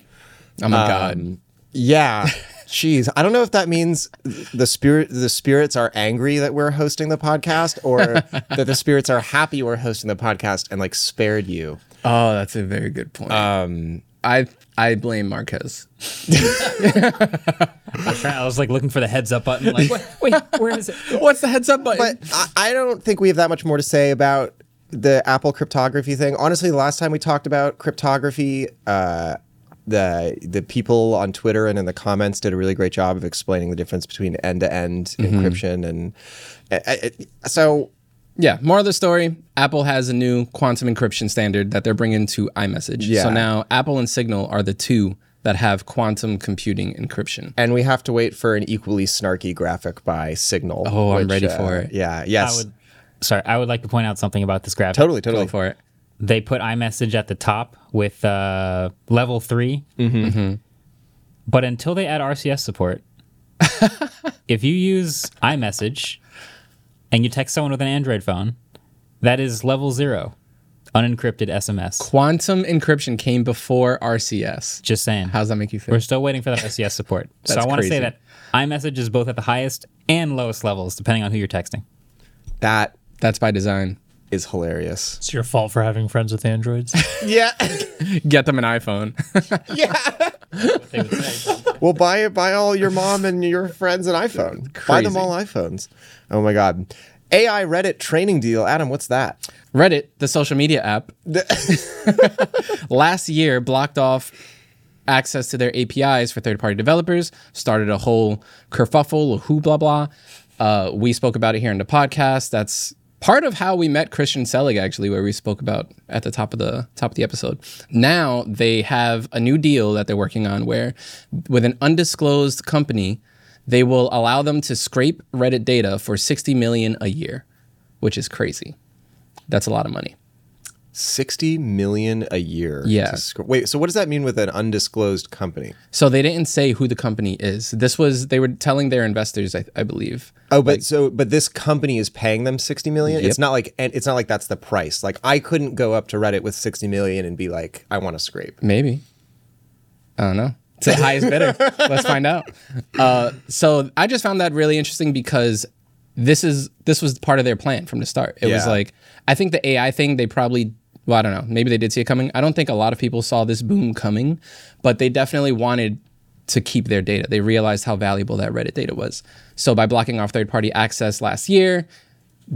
E: Oh my God.
D: Yeah, jeez, I don't know if that means the spirit, the spirits are angry that we're hosting the podcast, or that the spirits are happy we're hosting the podcast and like spared you.
E: Oh, that's a very good point. Um, I I blame Marquez.
B: I, was trying, I was like looking for the heads up button. Like, wait, wait, where is it?
E: What's the heads up button?
D: but I, I don't think we have that much more to say about the Apple cryptography thing. Honestly, the last time we talked about cryptography, uh, the the people on Twitter and in the comments did a really great job of explaining the difference between end to end
E: Mm-hmm.
D: encryption and I- I- I- so
E: Yeah, more of the story. Apple has a new quantum encryption standard that they're bringing to iMessage.
D: Yeah.
E: So now Apple and Signal are the two that have quantum computing encryption.
D: and we have to wait for an equally snarky graphic by Signal. uh,
E: Oh, I'm ready for it.
D: Yeah.
B: I
D: Yes.
B: would. Sorry, I would like to point out something about this graphic.
D: totally. Totally.
E: Go for it.
B: They put iMessage at the top with uh, level 3 Mm-hmm. But until they add RCS support, if you use iMessage and you text someone with an Android phone, that is level zero, unencrypted SMS.
E: Quantum encryption came before RCS.
B: Just saying.
E: How does that make you feel?
B: We're still waiting for that RCS support. so
E: That's
B: I want to
E: crazy.
B: say that iMessage is both at the highest and lowest levels, depending on who you're texting.
D: That
E: That's by design.
D: is hilarious.
C: It's your fault for having friends with androids.
D: Yeah.
E: Get them an iPhone.
D: Well, buy buy all your mom and your friends an iPhone. Buy them
E: Crazy.
D: all iPhones. Oh my God, AI Reddit training deal. Adam, what's that?
E: Reddit, the social media app, last year blocked off access to their APIs for third party developers, started a whole kerfuffle, a who, blah, blah. Uh, we spoke about it here in the podcast. That's part of how we met Christian Selig, actually, where we spoke about at the top of the top of the episode. Now they have a new deal that they're working on where with an undisclosed company, they will allow them to scrape Reddit data for 60 million a year, which is crazy. That's a lot of money.
D: Sixty million a year.
E: Yeah.
D: to sc- Wait. So what does that mean with an undisclosed company?
E: So they didn't say who the company is. This was they were telling their investors, I, I believe.
D: Oh, but so but this company is paying them sixty million.
E: Yep.
D: It's not like and it's not like that's the price. Like I couldn't go up to Reddit with sixty million and be like, I want to scrape.
E: Maybe. I don't know. To the highest bidder. Let's find out. Uh, so I just found that really interesting because this is this was part of their plan from the start. It was
D: Yeah.
E: like I think the AI thing they probably well I don't know maybe they did see it coming. I don't think a lot of people saw this boom coming, but they definitely wanted to keep their data. They realized how valuable that Reddit data was. So by blocking off third party access last year,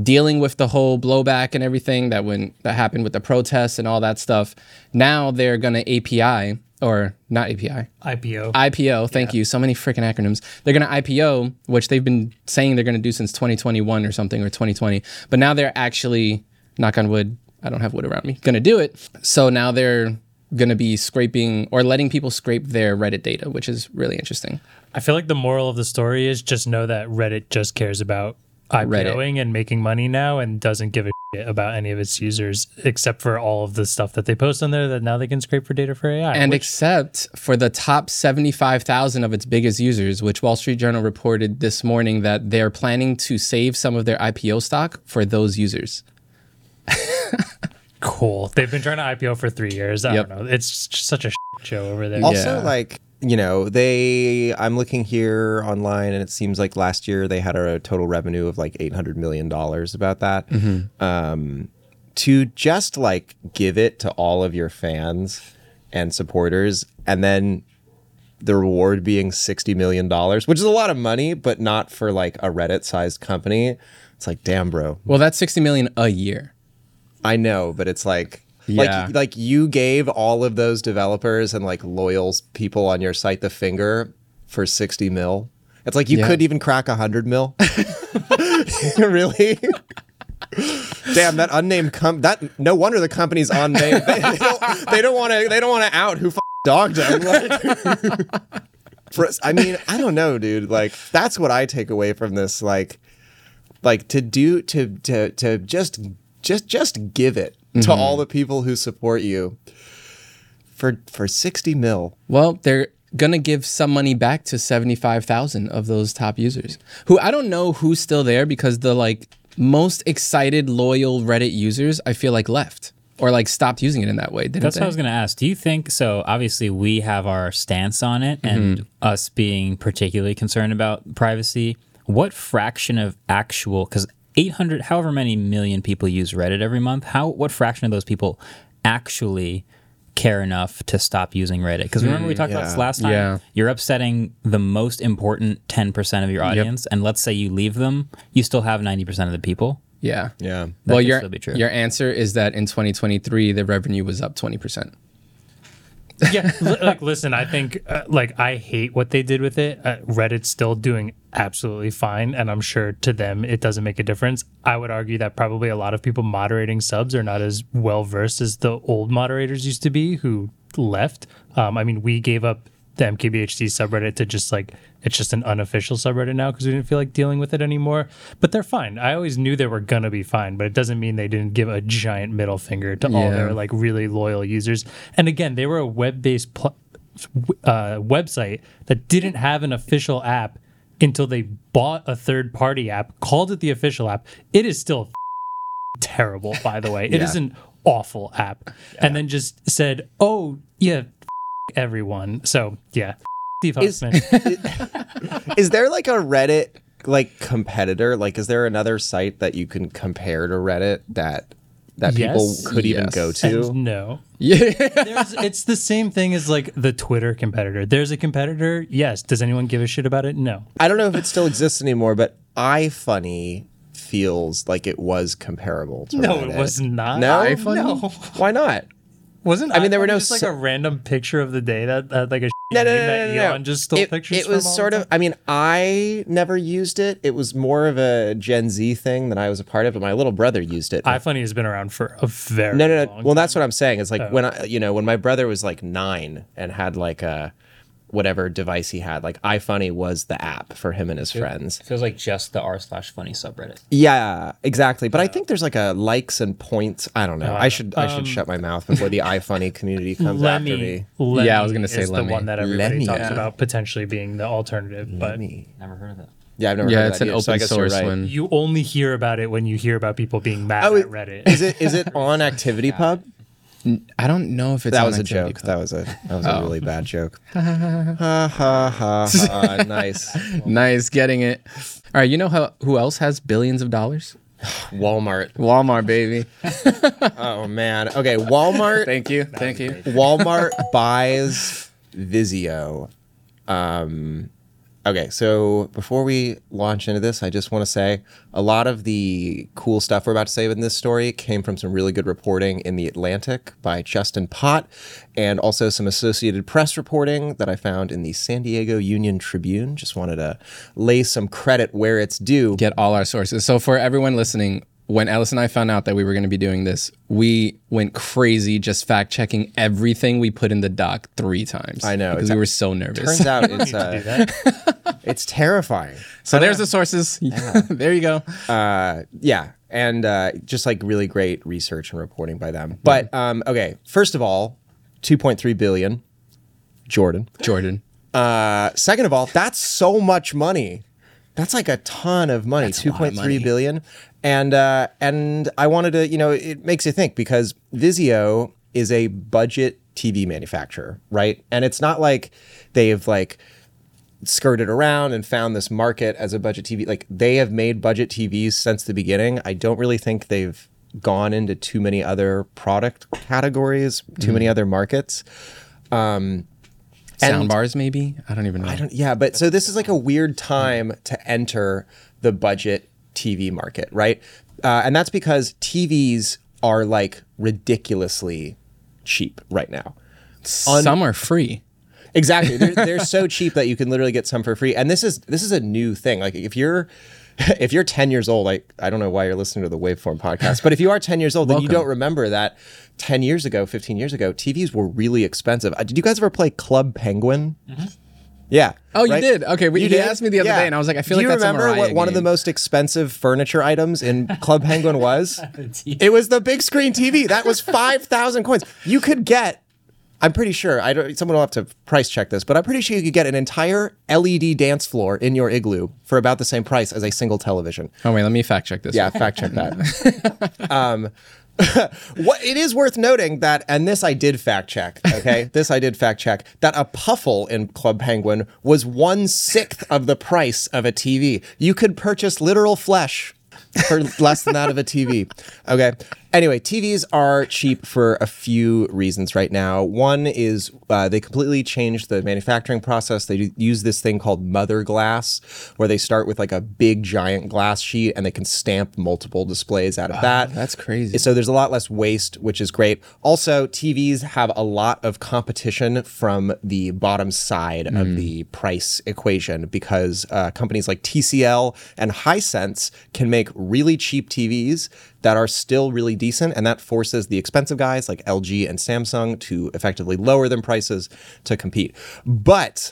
E: dealing with the whole blowback and everything that when that happened with the protests and all that stuff. Now they're gonna API or not API.
C: IPO.
E: IPO. Thank you. So many freaking acronyms. They're going to IPO, which they've been saying they're going to do since 2021 or something or 2020. But now they're actually, knock on wood, I don't have wood around me, going to do it. So now they're going to be scraping or letting people scrape their Reddit data, which is really interesting.
C: I feel like the moral of the story is just know that Reddit just cares about
E: Reddit.
C: IPOing and making money now and doesn't give a shit about any of its users except for all of the stuff that they post on there that now they can scrape for data for AI.
E: And
C: which-
E: except for the top 75,000 of its biggest users, which Wall Street Journal reported this morning that they're planning to save some of their IPO stock for those users.
C: cool. They've been trying to IPO for three years. I
E: Yep.
C: don't know. It's just such a shit show over there.
D: Also,
E: Yeah.
D: like, you know, they, I'm looking here online and it seems like last year they had a total revenue of like $800 million about that. Um, to just like give it to all of your fans and supporters and then the reward being $60 million, which is a lot of money, but not for like a Reddit sized company. It's like, damn, bro.
E: Well, that's 60 million a year.
D: I know, but it's like
E: Yeah.
D: like like you gave all of those developers and like loyal people on your site the finger for 60 mil. It's like you
E: Yeah.
D: could even crack 100 mil. really? Damn, that unnamed com that no wonder the company's unnamed. They, they don't they don't want to they don't want to out who f- dogged them. like. For- I mean, I don't know, dude. Like that's what I take away from this like like to do to to to just just just give it to all the people who support you for for 60 mil
E: Well, they're gonna give some money back to seventy-five thousand of those top users, who I don't know who's still there because the like most excited, loyal Reddit users, I feel like left or like stopped using it in that way. Didn't
B: That's
E: they?
B: what I was going to ask. Do you think so? Obviously, we have our stance on it,
E: Mm-hmm.
B: and us being particularly concerned about privacy. What fraction of actual because 800, however many million people use Reddit every month, how what fraction of those people actually care enough to stop using Reddit? Because remember we talked about this
D: yeah.
B: last time.
E: Hmm, Yeah.
B: You're upsetting the most important 10% of your audience, and let's say you leave them, you still have 90% of the people.
E: yeah.
D: yeah
E: Well,
B: could
E: your
B: still be true.
E: your answer is that in 2023 the revenue was up 20 percent.
C: yeah li- like listen i think uh, like i hate what they did with it uh, reddit's still doing absolutely fine and i'm sure to them it doesn't make a difference i would argue that probably a lot of people moderating subs are not as well versed as the old moderators used to be who left um, i mean we gave up the mkbhd subreddit to just like it's just an unofficial subreddit now because we didn't feel like dealing with it anymore but they're fine i always knew they were gonna be fine but it doesn't mean they didn't give a giant middle finger to all
E: Yeah.
C: their like really loyal users. And again, they were a web-based pl- uh, website that didn't have an official app until they bought a third-party app, called it the official app. It is still terrible, by the way. It is an awful app. And then just said, "Oh yeah, everyone." So yeah, Steve
D: Is-
C: Huffman.
D: is there like a reddit like competitor like is there another site that you can compare to reddit that that
C: Yes.
D: people could even
E: Yes.
D: go
C: And
D: to
C: no.
E: Yeah.
C: There's, it's the same thing as like the Twitter competitor. There's a competitor. Yes. Does anyone give a shit about it? No.
D: i don't know if it still exists anymore but ifunny feels like it was comparable to
C: No, it
D: Reddit.
C: was not.
D: no
C: iFunny?
D: No. why not
C: Wasn't
D: I mean, there were no
C: just like
D: so-
C: a random picture of the day that, that like a
D: no,
C: shitty
D: no,
C: name
D: no,
C: that
D: no, no, no.
C: Elon just stole
D: it,
C: pictures.
D: It was
C: from all
D: sort
C: the
D: of.
C: time?
D: I mean, I never used it. It was more of a Gen Z thing that I was a part of, but my little brother used it.
C: iFunny has been around for a very
D: no, no, no.
C: long
D: Well, that's what I'm saying. It's like
B: Oh.
D: when I, you know, when my brother was like nine and had like a whatever device he had, like iFunny was the app for him and his friends.
B: Feels like just the r slash funny subreddit.
D: Yeah, exactly. But I think there's like a likes and points. I don't know.
B: Uh,
D: I should I
B: um,
D: should shut my mouth before the iFunny community comes after
C: Lemmy,
D: me.
C: Lemmy.
E: Yeah, I was gonna say
C: is
E: Lemmy.
C: the one that everybody
D: Lemmy.
C: talks
D: Yeah.
C: about potentially being the alternative,
B: Never heard of that.
D: Yeah, I've never. heard
E: Yeah,
D: of
E: it's
D: that
E: an
D: either, so I
E: open
D: guess you're
E: source
D: right.
C: but
E: one.
C: you only hear about it when you hear about people being mad
D: Oh,
C: at
D: it-
C: Reddit.
D: Is it is it on ActivityPub?
E: I don't know if it's
D: That
E: on
D: was a
E: Activity
D: joke.
E: Club.
D: That was a that was a
E: Oh.
D: really bad joke. ha ha ha ha. Nice.
E: Nice getting it. All right, you know how who else has billions of dollars?
D: Walmart.
E: Walmart, baby.
D: Oh man. Okay. Walmart.
E: Thank you. Thank you.
D: Walmart buys Vizio. Um, Okay, so before we launch into this, I just want to say a lot of the cool stuff we're about to say in this story came from some really good reporting in The Atlantic by Justin Pott and also some Associated Press reporting that I found in the San Diego Union Tribune. Just wanted to lay some credit where it's due.
E: get all our sources. So for everyone listening, when Alice and I found out that we were going to be doing this, we went crazy just fact checking everything we put in the doc three times.
D: I know,
E: because
D: it's-
E: we were so nervous.
D: Turns out it's,
C: do
D: uh,
C: that.
D: it's terrifying.
E: so there's the sources. there you go.
D: yeah and uh, just like really great research and reporting by them but um, okay first of all 2.3 billion jordan
E: Jordan.
D: uh, second of all that's so much money that's like a ton of money
E: a lot of
D: 2.3
E: money.
D: billion and uh, and i wanted to you know it makes you think because vizio is a budget tv manufacturer right and it's not like they've like skirted around and found this market as a budget TV. Like they have made budget TVs since the beginning. I don't really think they've gone into too many other product categories, too
E: Mm.
D: many other markets.
E: Sound bars, maybe? I don't even know.
D: I don't, yeah, but so this is like a weird time to enter the budget TV market, right? Uh, and that's because TVs are like ridiculously cheap right now.
E: Some are free.
D: Exactly. They're, they're so cheap that you can literally get some for free. And this is this is a new thing. Like if you're if you're 10 years old, like I don't know why you're listening to the Waveform podcast, but if you are 10 years old, then you don't remember that 10 years ago, 15 years ago, TVs were really expensive. Uh, did you guys ever play Club Penguin? Yeah.
E: Mm-hmm. Oh, you did? Okay, well,
D: You
E: you asked me the other day, and I was like, I feel
D: Do
E: like that's a
D: you remember what
E: Mariah
D: one of the
E: game.
D: most expensive furniture items in Club Penguin was? it was the big screen TV. That was 5,000 coins. You could get I'm pretty sure. I don't. Someone will have to price check this, but I'm pretty sure you could get an entire LED dance floor in your igloo for about the same price as a single television.
E: Oh, wait, let me fact check this.
D: Yeah, fact check that. um, what it is worth noting that, and this I did fact check. Okay, this I did fact check that a puffle in Club Penguin was one sixth of the price of a TV. You could purchase literal flesh for less than that of a TV. Okay. Anyway, TVs are cheap for a few reasons right now. One is uh, they completely changed the manufacturing process. They do- use this thing called mother glass, where they start with like a big giant glass sheet and they can stamp multiple displays out of that.
E: Ah, that's crazy.
D: So there's a lot less waste, which is great. Also, TVs have a lot of competition from the bottom side of the price equation because uh, companies like TCL and Hisense can make really cheap TVs that are still really decent, and that forces the expensive guys like LG and Samsung to effectively lower them prices to compete. But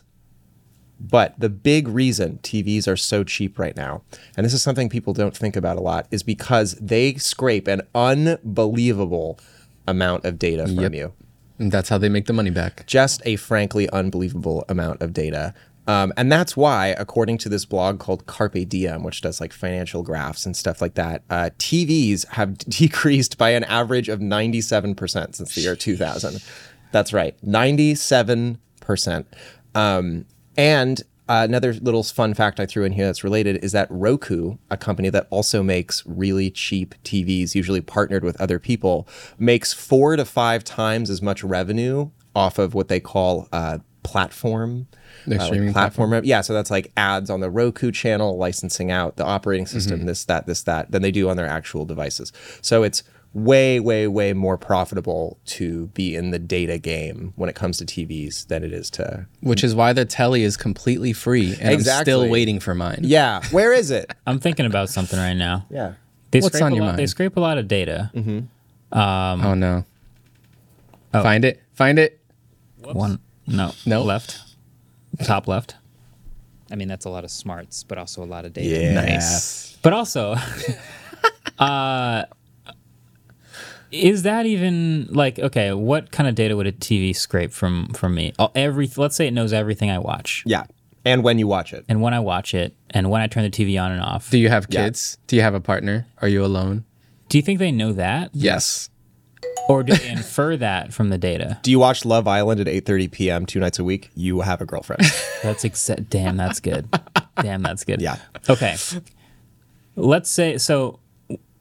D: but the big reason TVs are so cheap right now, and this is something people don't think about a lot, is because they scrape an unbelievable amount of data from you.
E: And that's how they make the money back.
D: Just a frankly unbelievable amount of data. Um, and that's why, according to this blog called Carpe Diem, which does like financial graphs and stuff like that, uh, TVs have decreased by an average of 97% since the year 2000. That's right, 97%. Um, and uh, another little fun fact I threw in here that's related is that Roku, a company that also makes really cheap TVs, usually partnered with other people, makes four to five times as much revenue off of what they call uh, platform. uh,
E: Their
D: like
E: streaming
D: platform, rev- yeah. So that's like ads on the Roku channel, licensing out the operating
E: Mm-hmm.
D: system, this, that, this, that, than they do on their actual devices. So it's way, way, way more profitable to be in the data game when it comes to TVs than it is to
E: Which is why the telly is completely free, and I'm
D: Exactly.
E: still waiting for mine.
D: Yeah. Where is it?
B: I'm thinking about something right now.
D: yeah.
B: They
E: What's
B: scrape
E: on
B: a
E: your
B: lot, They
E: mind?
B: scrape a lot of data.
E: Oh no. Find it. Find it.
B: One, no,
E: No.
B: left, top left. I mean, that's a lot of smarts, but also a lot of data.
E: Nice.
B: But also, uh, is that even like okay? What kind of data would a TV scrape from from me? All, every let's say it knows everything I watch,
D: Yeah. And when you watch it.
B: and when I watch it, and when I turn the TV on and off.
E: Do you have kids? Do you have a partner? Are you alone?
B: do you think they know that,
E: Yes.
B: or do they infer that from the data?
D: Do you watch Love Island at 8:30 p.m. two nights a week? You have a girlfriend.
B: That's exa- damn. That's good. Damn, that's good.
D: Yeah.
B: Okay. Let's say so.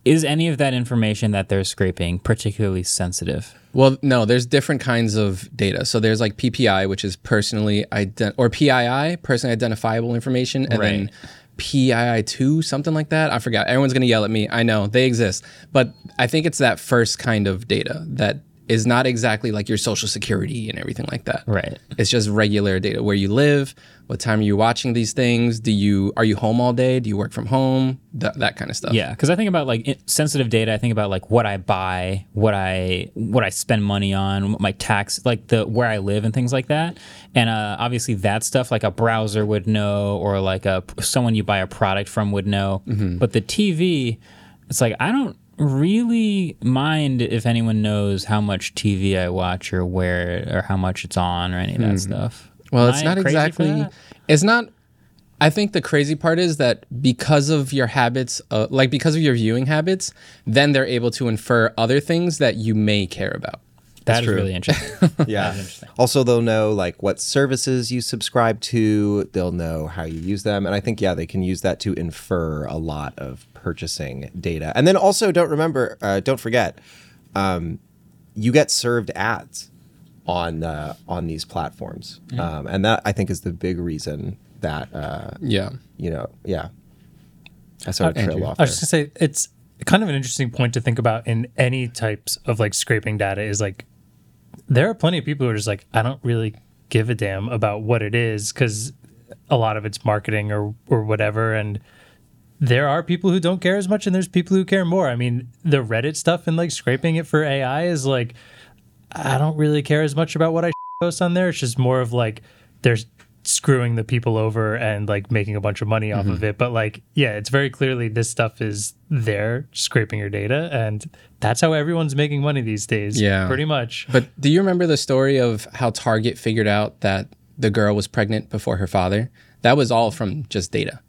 B: Is any of that information that they're scraping particularly sensitive?
E: Well, no, there's different kinds of data. So there's like PPI, which is personally ident- or PII, personally identifiable information, and then PII2, something like that. I forgot. Everyone's going to yell at me. I know they exist. But I think it's that first kind of data that is not exactly like your social security and everything like that.
B: Right.
E: It's just regular data where you live, what time are you watching these things, do you are you home all day, do you work from home, Th- that kind of stuff.
B: Yeah, because I think about like i- sensitive data. I think about like what I buy, what I what I spend money on, my tax, like the where I live and things like that. And uh, obviously that stuff, like a browser would know, or like a someone you buy a product from would know. But the TV, it's like I don't really mind if anyone knows how much TV I watch or where or how much it's on or any of that stuff.
E: Well,
B: Am
E: it's
B: I
E: not
B: crazy for
E: exactly.
B: that?
E: It's not. I think the crazy part is that because of your habits, uh, like because of your viewing habits, then they're able to infer other things that you may care about.
B: That is really interesting.
D: Yeah. Also, they'll know like what services you subscribe to. They'll know how you use them, and I think yeah, they can use that to infer a lot of purchasing data. And then also, don't remember, uh, don't forget, um, you get served ads on uh, on these platforms, um, and that I think is the big reason that uh,
E: Yeah.
D: you know, yeah. I sort of trail
C: Oh,
D: off.
C: I
D: There.
C: was just gonna say it's kind of an interesting point to think about in any types of like scraping data is like there are plenty of people who are just like I don't really give a damn about what it is because a lot of it's marketing or or whatever and there are people who don't care as much and there's people who care more. I mean the Reddit stuff and like scraping it for AI is like I don't really care as much about what I post on there. It's just more of like there's screwing the people over and like making a bunch of money off of it. But like, yeah, it's very clearly this stuff is there scraping your data, and that's how everyone's making money these days.
E: Yeah.
C: pretty much.
E: But do you remember the story of how Target figured out that the girl was pregnant before her father? That was all from just data,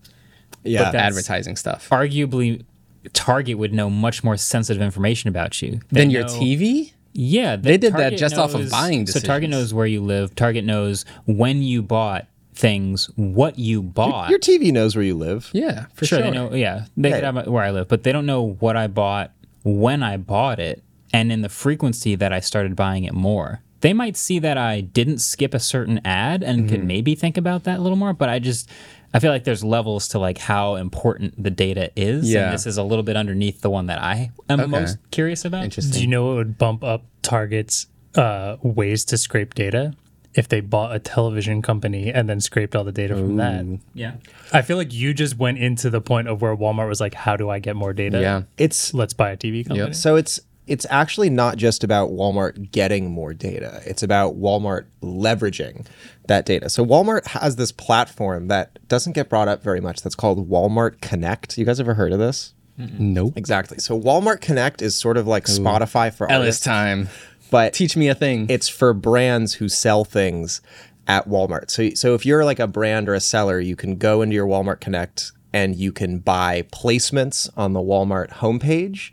D: yeah,
E: advertising stuff.
B: Arguably, Target would know much more sensitive information about you
E: Then
B: They
E: your
B: know-
E: TV?
B: Yeah,
E: They did that just off of buying
B: So Target
E: decisions.
B: knows where you live. Target knows when you bought things, what you bought.
D: your TV knows where you live.
E: Yeah, for
B: sure,
E: sure.
B: they know. Yeah, they could have my- where I live, but they don't know what I bought, when I bought it, and in the frequency that I started buying it more. They might see that I didn't skip a certain ad and
E: Mm-hmm.
B: could maybe think about that a little more. But I just, I feel like there's levels to like how important the data is.
E: Yeah.
B: and this is a little bit underneath the one that I am most curious about.
E: Interesting.
C: Do you know what would bump up Target's uh, ways to scrape data? If they bought a television company and then scraped all the data from that,
B: Yeah.
C: I feel like you just went into the point of where Walmart was like, "How do I get more data?
E: Yeah.
D: It's
C: let's buy a TV company."
D: So it's it's actually not just about Walmart getting more data. It's about Walmart leveraging that data. So Walmart has this platform that doesn't get brought up very much that's called Walmart Connect. You guys ever heard of this?
E: Nope.
D: Exactly. So Walmart Connect is sort of like Spotify for
E: Ellis
D: artists,
E: time.
D: but
E: Teach me a thing.
D: it's for brands who sell things at Walmart. So so if you're like a brand or a seller, you can go into your Walmart Connect and you can buy placements on the Walmart homepage.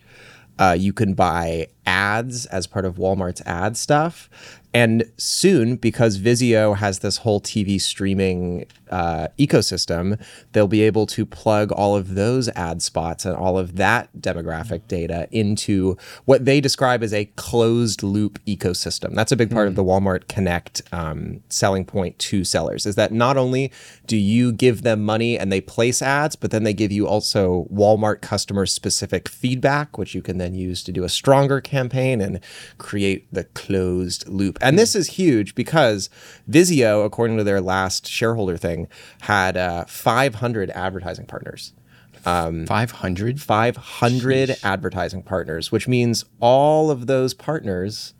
D: Uh, you can buy ads as part of Walmart's ad stuff. And soon, because Vizio has this whole TV streaming uh, ecosystem, they'll be able to plug all of those ad spots and all of that demographic data into what they describe as a closed loop ecosystem. That's a big part of the Walmart Connect um, selling point to sellers is that not only do you give them money and they place ads, but then they give you also Walmart customer specific feedback, which you can then use to do a stronger campaign and create the closed loop. And this is huge because Vizio, according to their last shareholder thing, had uh, 500 advertising partners.
E: 500?
D: 500 advertising partners, which means all of those partners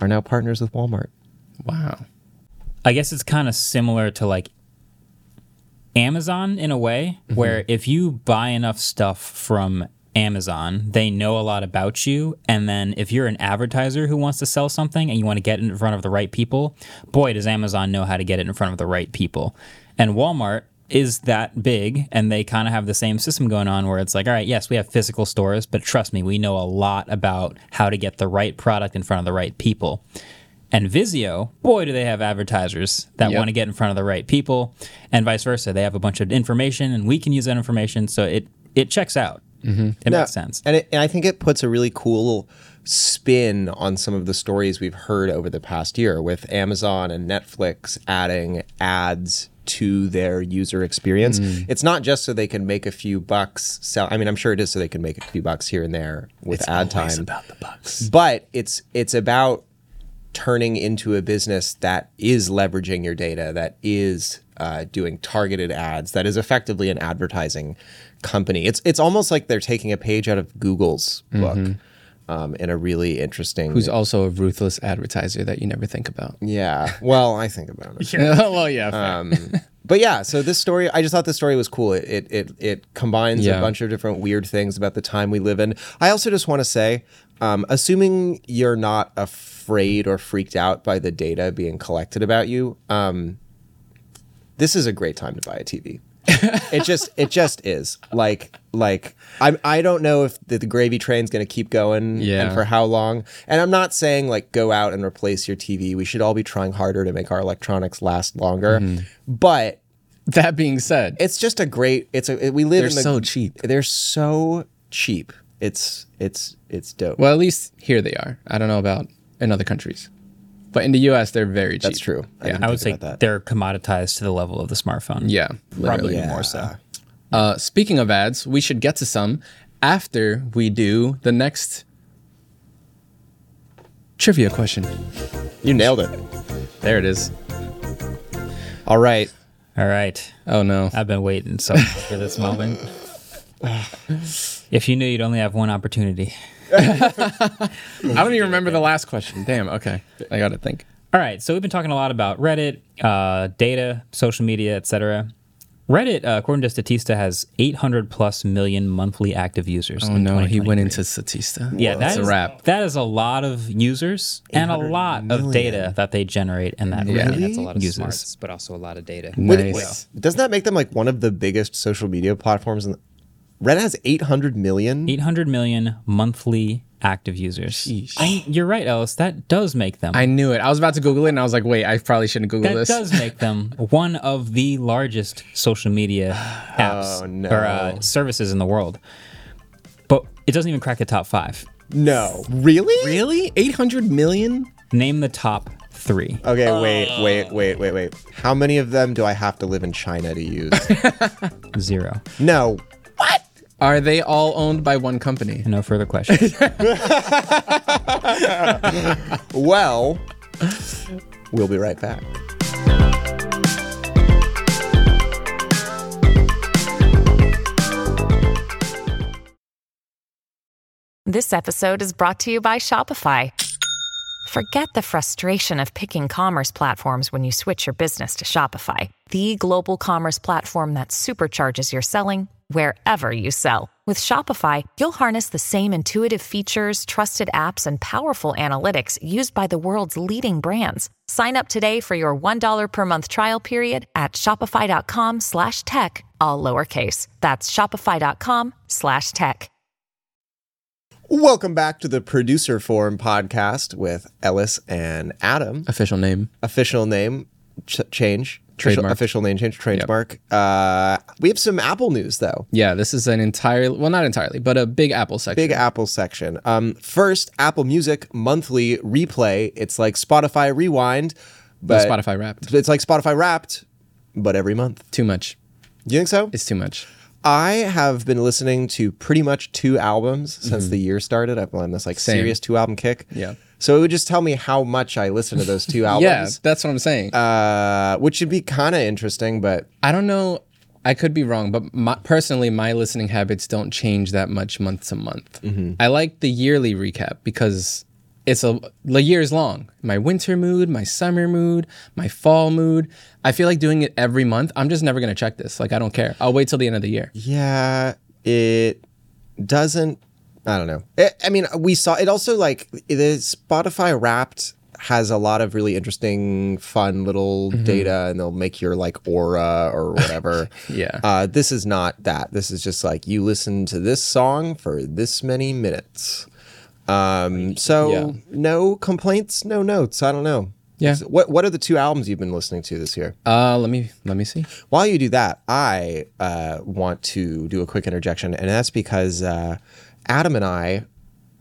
D: are now partners with Walmart.
E: Wow.
B: I guess it's kind of similar to like Amazon in a way, where if you buy enough stuff from Amazon, they know a lot about you. And then if you're an advertiser who wants to sell something and you want to get it in front of the right people, boy, does Amazon know how to get it in front of the right people. And Walmart is that big and they kind of have the same system going on where it's like, all right, yes, we have physical stores, but trust me, we know a lot about how to get the right product in front of the right people. And Vizio, boy, do they have advertisers that
E: Yep.
B: want to get in front of the right people, and vice versa. They have a bunch of information, and we can use that information, so it it checks out. It
D: Mm-hmm. No,
B: makes sense.
D: And, it, and I think it puts a really cool spin on some of the stories we've heard over the past year with Amazon and Netflix adding ads to their user experience. It's not just so they can make a few bucks sell. I mean, I'm sure it is so they can make a few bucks here and there with ad time. about the bucks. But it's it's about turning into a business that is leveraging your data, that is uh, doing targeted ads, that is effectively an advertising company. It's it's almost like they're taking a page out of Google's book um, in a really interesting.
E: Who's also a ruthless advertiser that you never think about.
D: yeah. Well, I think about it.
E: well, yeah. fair.
D: But yeah, so this story, I just thought this story was cool. It it it, it combines a
E: Yeah.
D: bunch of different weird things about the time we live in. I also just want to say, um, assuming you're not afraid or freaked out by the data being collected about you, um, this is a great time to buy a TV. it just it just is like like I I don't know if the, the gravy train's going to keep going and
E: Yeah.
D: for how long. And I'm not saying like go out and replace your TV. We should all be trying harder to make our electronics last longer.
E: Mm-hmm.
D: But
E: that being said,
D: it's just a great it's a it- we live
E: They're
D: in the,
E: so cheap.
D: they're so cheap it's it's it's dope
E: well, at least here they are. I don't know about in other countries, but in the U.S. they're very cheap.
D: that's true I
E: Yeah.
D: didn't
B: I
D: think
B: would say
D: about that.
B: they're commoditized to the level of the smartphone.
E: Yeah,
B: Probably
E: literally.
B: more so.
E: Uh, speaking of ads, we should get to some after we do the next trivia question.
D: you nailed it
E: There it is.
D: all right
B: All right.
E: Oh no.
B: I've been waiting so long for this moment. if you knew you'd only have one opportunity.
E: I don't even remember the last question. Damn. Okay. I got to think.
B: All right, so we've been talking a lot about Reddit, uh, data, social media, etc. Reddit, uh, according to Statista, has 800 plus million monthly active users.
E: Oh
B: in
E: no, he
B: 2023.
E: went into Statista.
B: Yeah,
E: that's
B: that's
E: a wrap.
B: That is a lot of users and a lot of data that they generate in that.
E: Yeah.
B: Reddit
E: Really?
F: That's a lot of
B: users.
F: smarts, but also a lot of data.
E: Nice.
D: doesn't that make them like one of the biggest social media platforms in the- red has 800 million
E: E-
B: 800 million monthly active users. I- you're right, Ellis. That does make them.
E: I knew it. I was about to Google it, and I was like, wait, I probably shouldn't Google
B: that
E: this.
B: does make them one of the largest social media apps
D: Oh, no.
B: or uh, services in the world. But it doesn't even crack the top five.
D: no really
E: really? 800 million?
B: Name the top three.
D: okay wait wait wait wait wait how many of them do i have to live in china to use
B: Zero.
D: no
E: Are they all owned by one company?
B: No further questions.
D: well we'll be right back
G: This episode is brought to you by Shopify. Forget the frustration of picking commerce platforms when you switch your business to Shopify, the global commerce platform that supercharges your selling wherever you sell. With Shopify, you'll harness the same intuitive features, trusted apps, and powerful analytics used by the world's leading brands. Sign up today for your $1 per month trial period at shopify.com slash tech, all lowercase. That's shopify.com slash tech.
D: Welcome back to the Producer Forum podcast with Ellis and Adam.
E: Official name.
D: Official name ch- change. Official,
E: Trademark.
D: official name change, trademark. Uh, we have some Apple news, though.
E: Yeah, this is an entirely, well, not entirely, but a big Apple section.
D: Big Apple section. Um, first, Apple Music monthly replay. It's like Spotify Rewind, but
E: Spotify Wrapped.
D: It's like Spotify Wrapped, but every month.
E: Too much.
D: You think so?
E: It's too much.
D: I have been listening to pretty much two albums since the year started. I've been on this like
E: Mm-hmm. Same.
D: serious two album kick.
E: Yeah.
D: So it would just tell me how much I listen to those two
E: Yeah,
D: albums,
E: that's what I'm saying.
D: uh, which should be kind of interesting. But
E: I don't know. I could be wrong, but my, personally, my listening habits don't change that much month to month.
D: Mm-hmm.
E: I like the yearly recap because it's a the year is long. My winter mood, my summer mood, my fall mood. I feel like doing it every month. I'm just never gonna check this. Like I don't care. I'll wait till the end of the year.
D: yeah, it doesn't. I don't know. I I mean, we saw it also like the Spotify Wrapped has a lot of really interesting, fun little
E: Mm-hmm.
D: data, and they'll make your like aura or whatever.
E: Yeah.
D: Uh, this is not that. This is just like you listen to this song for this many minutes. Um, so
E: Yeah.
D: no complaints, no notes. I don't know.
E: Yeah.
D: What What are the two albums you've been listening to this year?
E: Uh, let me let me see.
D: While you do that, I uh, want to do a quick interjection, and that's because uh, Adam and I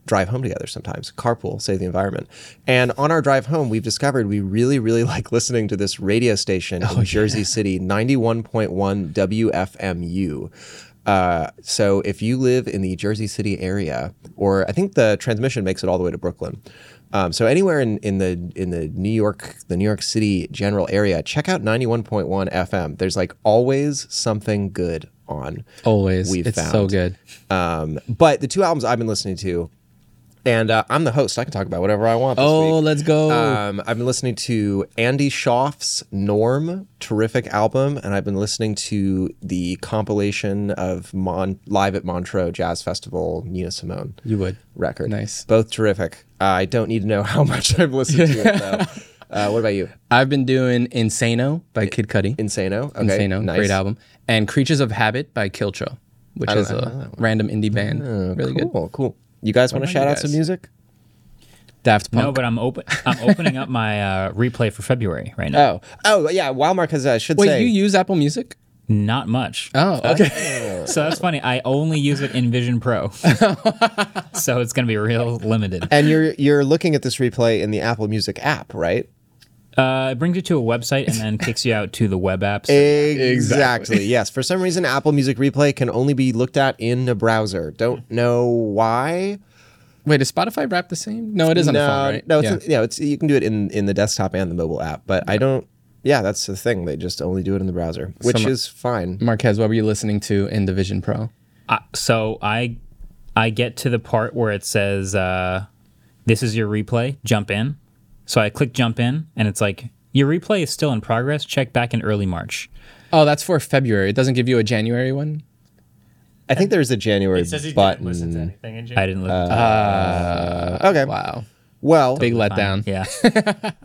D: drive home together sometimes, carpool, save the environment. And on our drive home, we've discovered we really, really like listening to this radio station in Jersey City, 91.1 WFMU. Uh, so if you live in the Jersey City area, or I think the transmission makes it all the way to Brooklyn. Um, so anywhere in, in the in the New York the New York City general area, check out ninety one point one FM. There's like always something good on.
E: Always,
D: We've
E: it's so
D: found.
E: good.
D: Um, but the two albums I've been listening to, and uh, I'm the host. I can talk about whatever I want. This
E: Oh,
D: week.
E: let's go.
D: Um, I've been listening to Andy Schaaf's Norm, terrific album, and I've been listening to the compilation of Mon- Live at Montreux Jazz Festival Nina Simone
E: you would.
D: record.
E: Nice.
D: both terrific. I don't need to know how much I've listened to it though. Uh, what about you?
E: I've been doing Insano by Kid Cudi.
D: Insano. Okay,
E: Insano,
D: nice.
E: great album. And Creatures of Habit by Kiltro, which is a random indie band. really
D: Oh, cool,
E: good.
D: cool. You guys want to
E: about
D: shout
E: you
D: out some
E: guys?
D: music?
E: Daft Punk.
B: No, but I'm open. I'm opening up my uh, replay for February right now.
D: Oh, oh yeah. Wildmark has. I should
E: Wait,
D: say
E: you use Apple Music?
B: Not much.
E: Oh, okay.
B: So that's funny. I only use it in Vision Pro, so it's gonna be real limited.
D: And you're you're looking at this replay in the Apple Music app, right?
B: Uh, it brings you to a website and then kicks you out to the web apps.
D: Exactly. yes. For some reason, Apple Music Replay can only be looked at in a browser. Don't know why.
E: Wait, is Spotify wrapped the same? No, it is on
D: no,
E: the phone, right?
D: no, it's
E: yeah.
D: yeah. it's you can do it in in the desktop and the mobile app, but I don't. Yeah, that's the thing. They just only do it in the browser, which
E: Some-
D: is fine.
E: Marquez, what were you listening to in Division Pro?
B: I, so I, I get to the part where it says, uh, "This is your replay. Jump in." So I click jump in, and it's like your replay is still in progress. Check back in early March.
E: Oh, that's for February. It doesn't give you a January one.
D: I think there's a January
C: It says he didn't listen
E: mm.
C: to
D: button.
C: anything in
B: I
C: January.
B: didn't look.
D: Okay.
E: Wow,
D: Well,
E: big letdown.
B: yeah.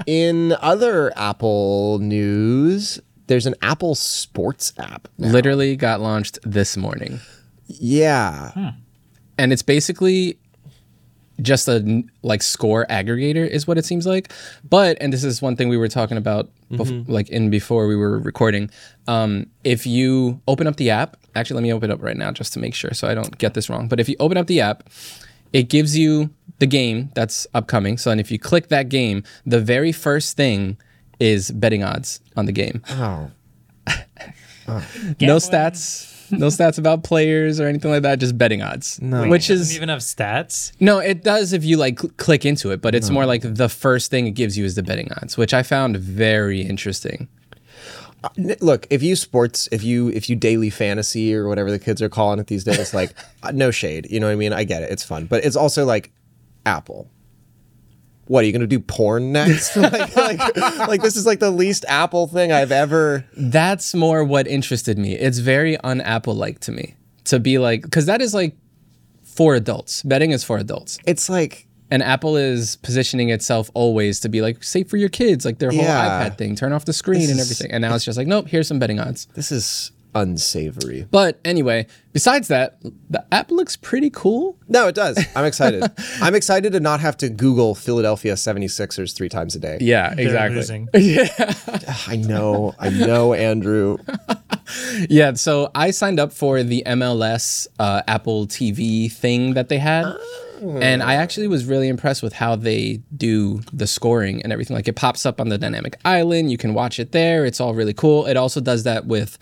D: in other Apple news, there's an Apple Sports app.
E: Literally got launched this morning,
D: Yeah.
C: Hmm.
E: and it's basically just a n- like score aggregator is what it seems like. But and this is one thing we were talking about bef- like in before we were recording. Um, if you open up the app, actually, let me open it up right now just to make sure so I don't get this wrong. But if you open up the app, it gives you the game that's upcoming. So, and if you click that game, the very first thing is betting odds on the game.
D: Oh.
E: No stats, no stats about players or anything like that. Just betting odds, no. which
C: Doesn't
E: is
C: even have stats.
E: no, it does if you like cl- click into it, but it's more like the first thing it gives you is the betting odds, which I found very interesting.
D: N- look if you sports if you if you daily fantasy or whatever the kids are calling it these days like uh, no shade you know what i mean i get it it's fun but it's also like apple what are you gonna do porn next like, like, like this is like the least apple thing i've ever
E: That's more what interested me. It's very un-Apple like to me to be like because that is like for adults. Betting is for adults.
D: it's like
E: and Apple is positioning itself always to be like safe for your kids, like their whole
D: Yeah.
E: iPad thing, turn off the screen and
D: is-
E: everything. And now it's just like, nope, here's some betting odds.
D: this is unsavory
E: But anyway, besides that, the app looks pretty cool.
D: no it does i'm excited i'm excited to not have to google philadelphia 76ers three times a day
E: Yeah,
C: They're losing.
D: i know i know andrew
E: Yeah, so I signed up for the MLS uh, Apple TV thing that they had. And I actually was really impressed with how they do the scoring and everything. Like it pops up on the dynamic island, you can watch it there. It's all really cool. It also does that with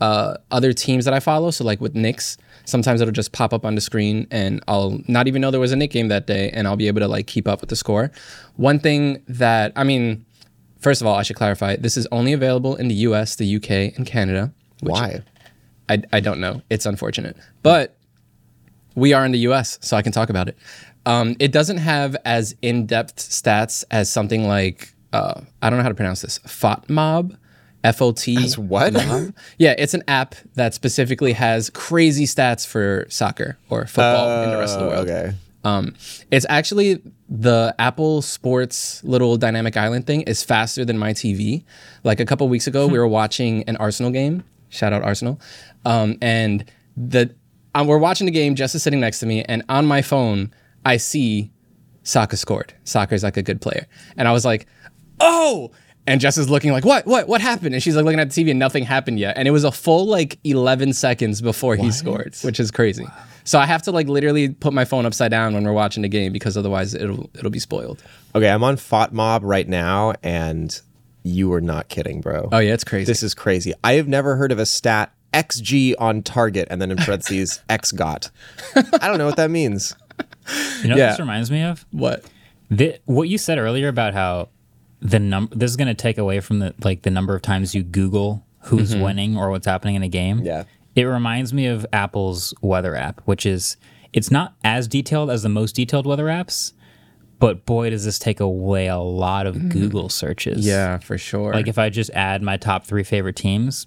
E: uh, other teams that I follow. So like with Knicks, sometimes it'll just pop up on the screen, and I'll not even know there was a Knicks game that day, and I'll be able to like keep up with the score. One thing that I mean, first of all, I should clarify: this is only available in the U.S., the U.K., and Canada.
D: why
E: I, I don't know. It's unfortunate. But we are in the US, so I can talk about it. Um, it doesn't have as in depth stats as something like, uh, I don't know how to pronounce this, FOTMOB. F O T.
D: As what?
E: mob. yeah, it's an app that specifically has crazy stats for soccer or football in the rest of the world.
D: Oh, okay
E: Um, it's actually the Apple Sports little dynamic island thing is faster than my TV. Like a couple weeks ago, we were watching an Arsenal game. Shout out Arsenal. Um, and the um, we're watching the game. Jess is sitting next to me, and on my phone, I see Saka scored. Saka's like a good player, and I was like, oh and jess is looking like what what what happened and she's like looking at the tv and nothing happened yet and it was a full like 11 seconds before he scored which is crazy so i have to like literally put my phone upside down when we're watching the game because otherwise it'll it'll be spoiled
D: Okay, I'm on FOTMob right now, and you are not kidding, bro.
E: oh yeah it's crazy
D: This is crazy. I have never heard of a stat XG on target and then in parentheses X got. I don't know what that means.
B: You know what
E: Yeah.
B: this reminds me of?
E: what
B: The, what you said earlier about how the num this is going to take away from the like the number of times you Google who's
E: Mm-hmm.
B: winning or what's happening in a game.
D: Yeah.
B: it reminds me of Apple's weather app, which is it's not as detailed as the most detailed weather apps, but boy, does this take away a lot of Google searches.
E: Mm-hmm. yeah for sure
B: like if I just add my top three favorite teams.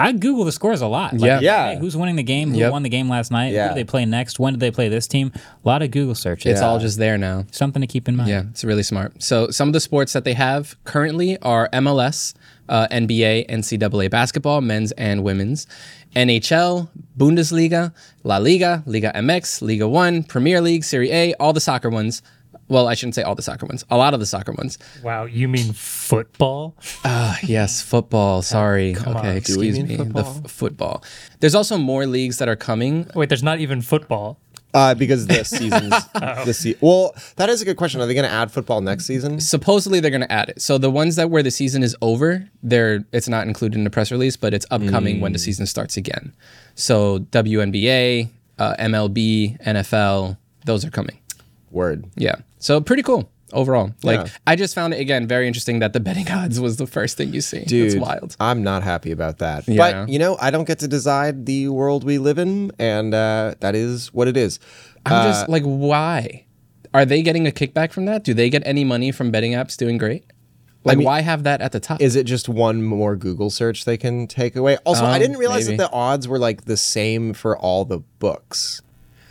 B: I Google the scores a lot. Like,
E: Yeah.
D: Yeah.
B: hey, who's winning the game? Who
E: Yep.
B: won the game last night? Who
D: Yeah.
B: do they play next? When did they play this team? A lot of Google searches.
E: it's all just there now
B: something to keep in mind.
E: Yeah, it's really smart. So some of the sports that they have currently are MLS, uh, NBA, NCAA basketball, men's and women's, NHL, Bundesliga, La Liga, Liga MX, Liga One, Premier League, Serie A, all the soccer ones. Well, I shouldn't say all the soccer ones. A lot of the soccer ones.
C: Wow, you mean football?
E: Yes, football. Sorry. okay, excuse
D: mean
E: me.
D: football?
E: The f- football. There's also more leagues that are coming.
C: Wait, there's not even football.
D: Uh, because the seasons,
E: Oh.
D: the se- well, that is a good question. Are they going to add football next season?
E: supposedly they're going to add it. So the ones that where the season is over, they're it's not included in the press release, but it's upcoming
C: Mm.
E: when the season starts again. So WNBA, uh, MLB, NFL, those are coming.
D: Word.
E: Yeah. So pretty cool overall. Like I just found it again very interesting that the betting odds was the first thing you see. it's
D: Dude,
E: wild.
D: I'm not happy about that.
E: Yeah.
D: But, you know, I don't get to decide the world we live in, and uh, that is what it is.
E: I'm
C: uh,
E: just like, why are they getting a kickback from that? Do they get any money from betting apps doing great? Like, why have that at the top?
D: Is it just one more Google search they can take away? Also, I didn't realize
E: Um, maybe.
D: that the odds were like the same for all the books.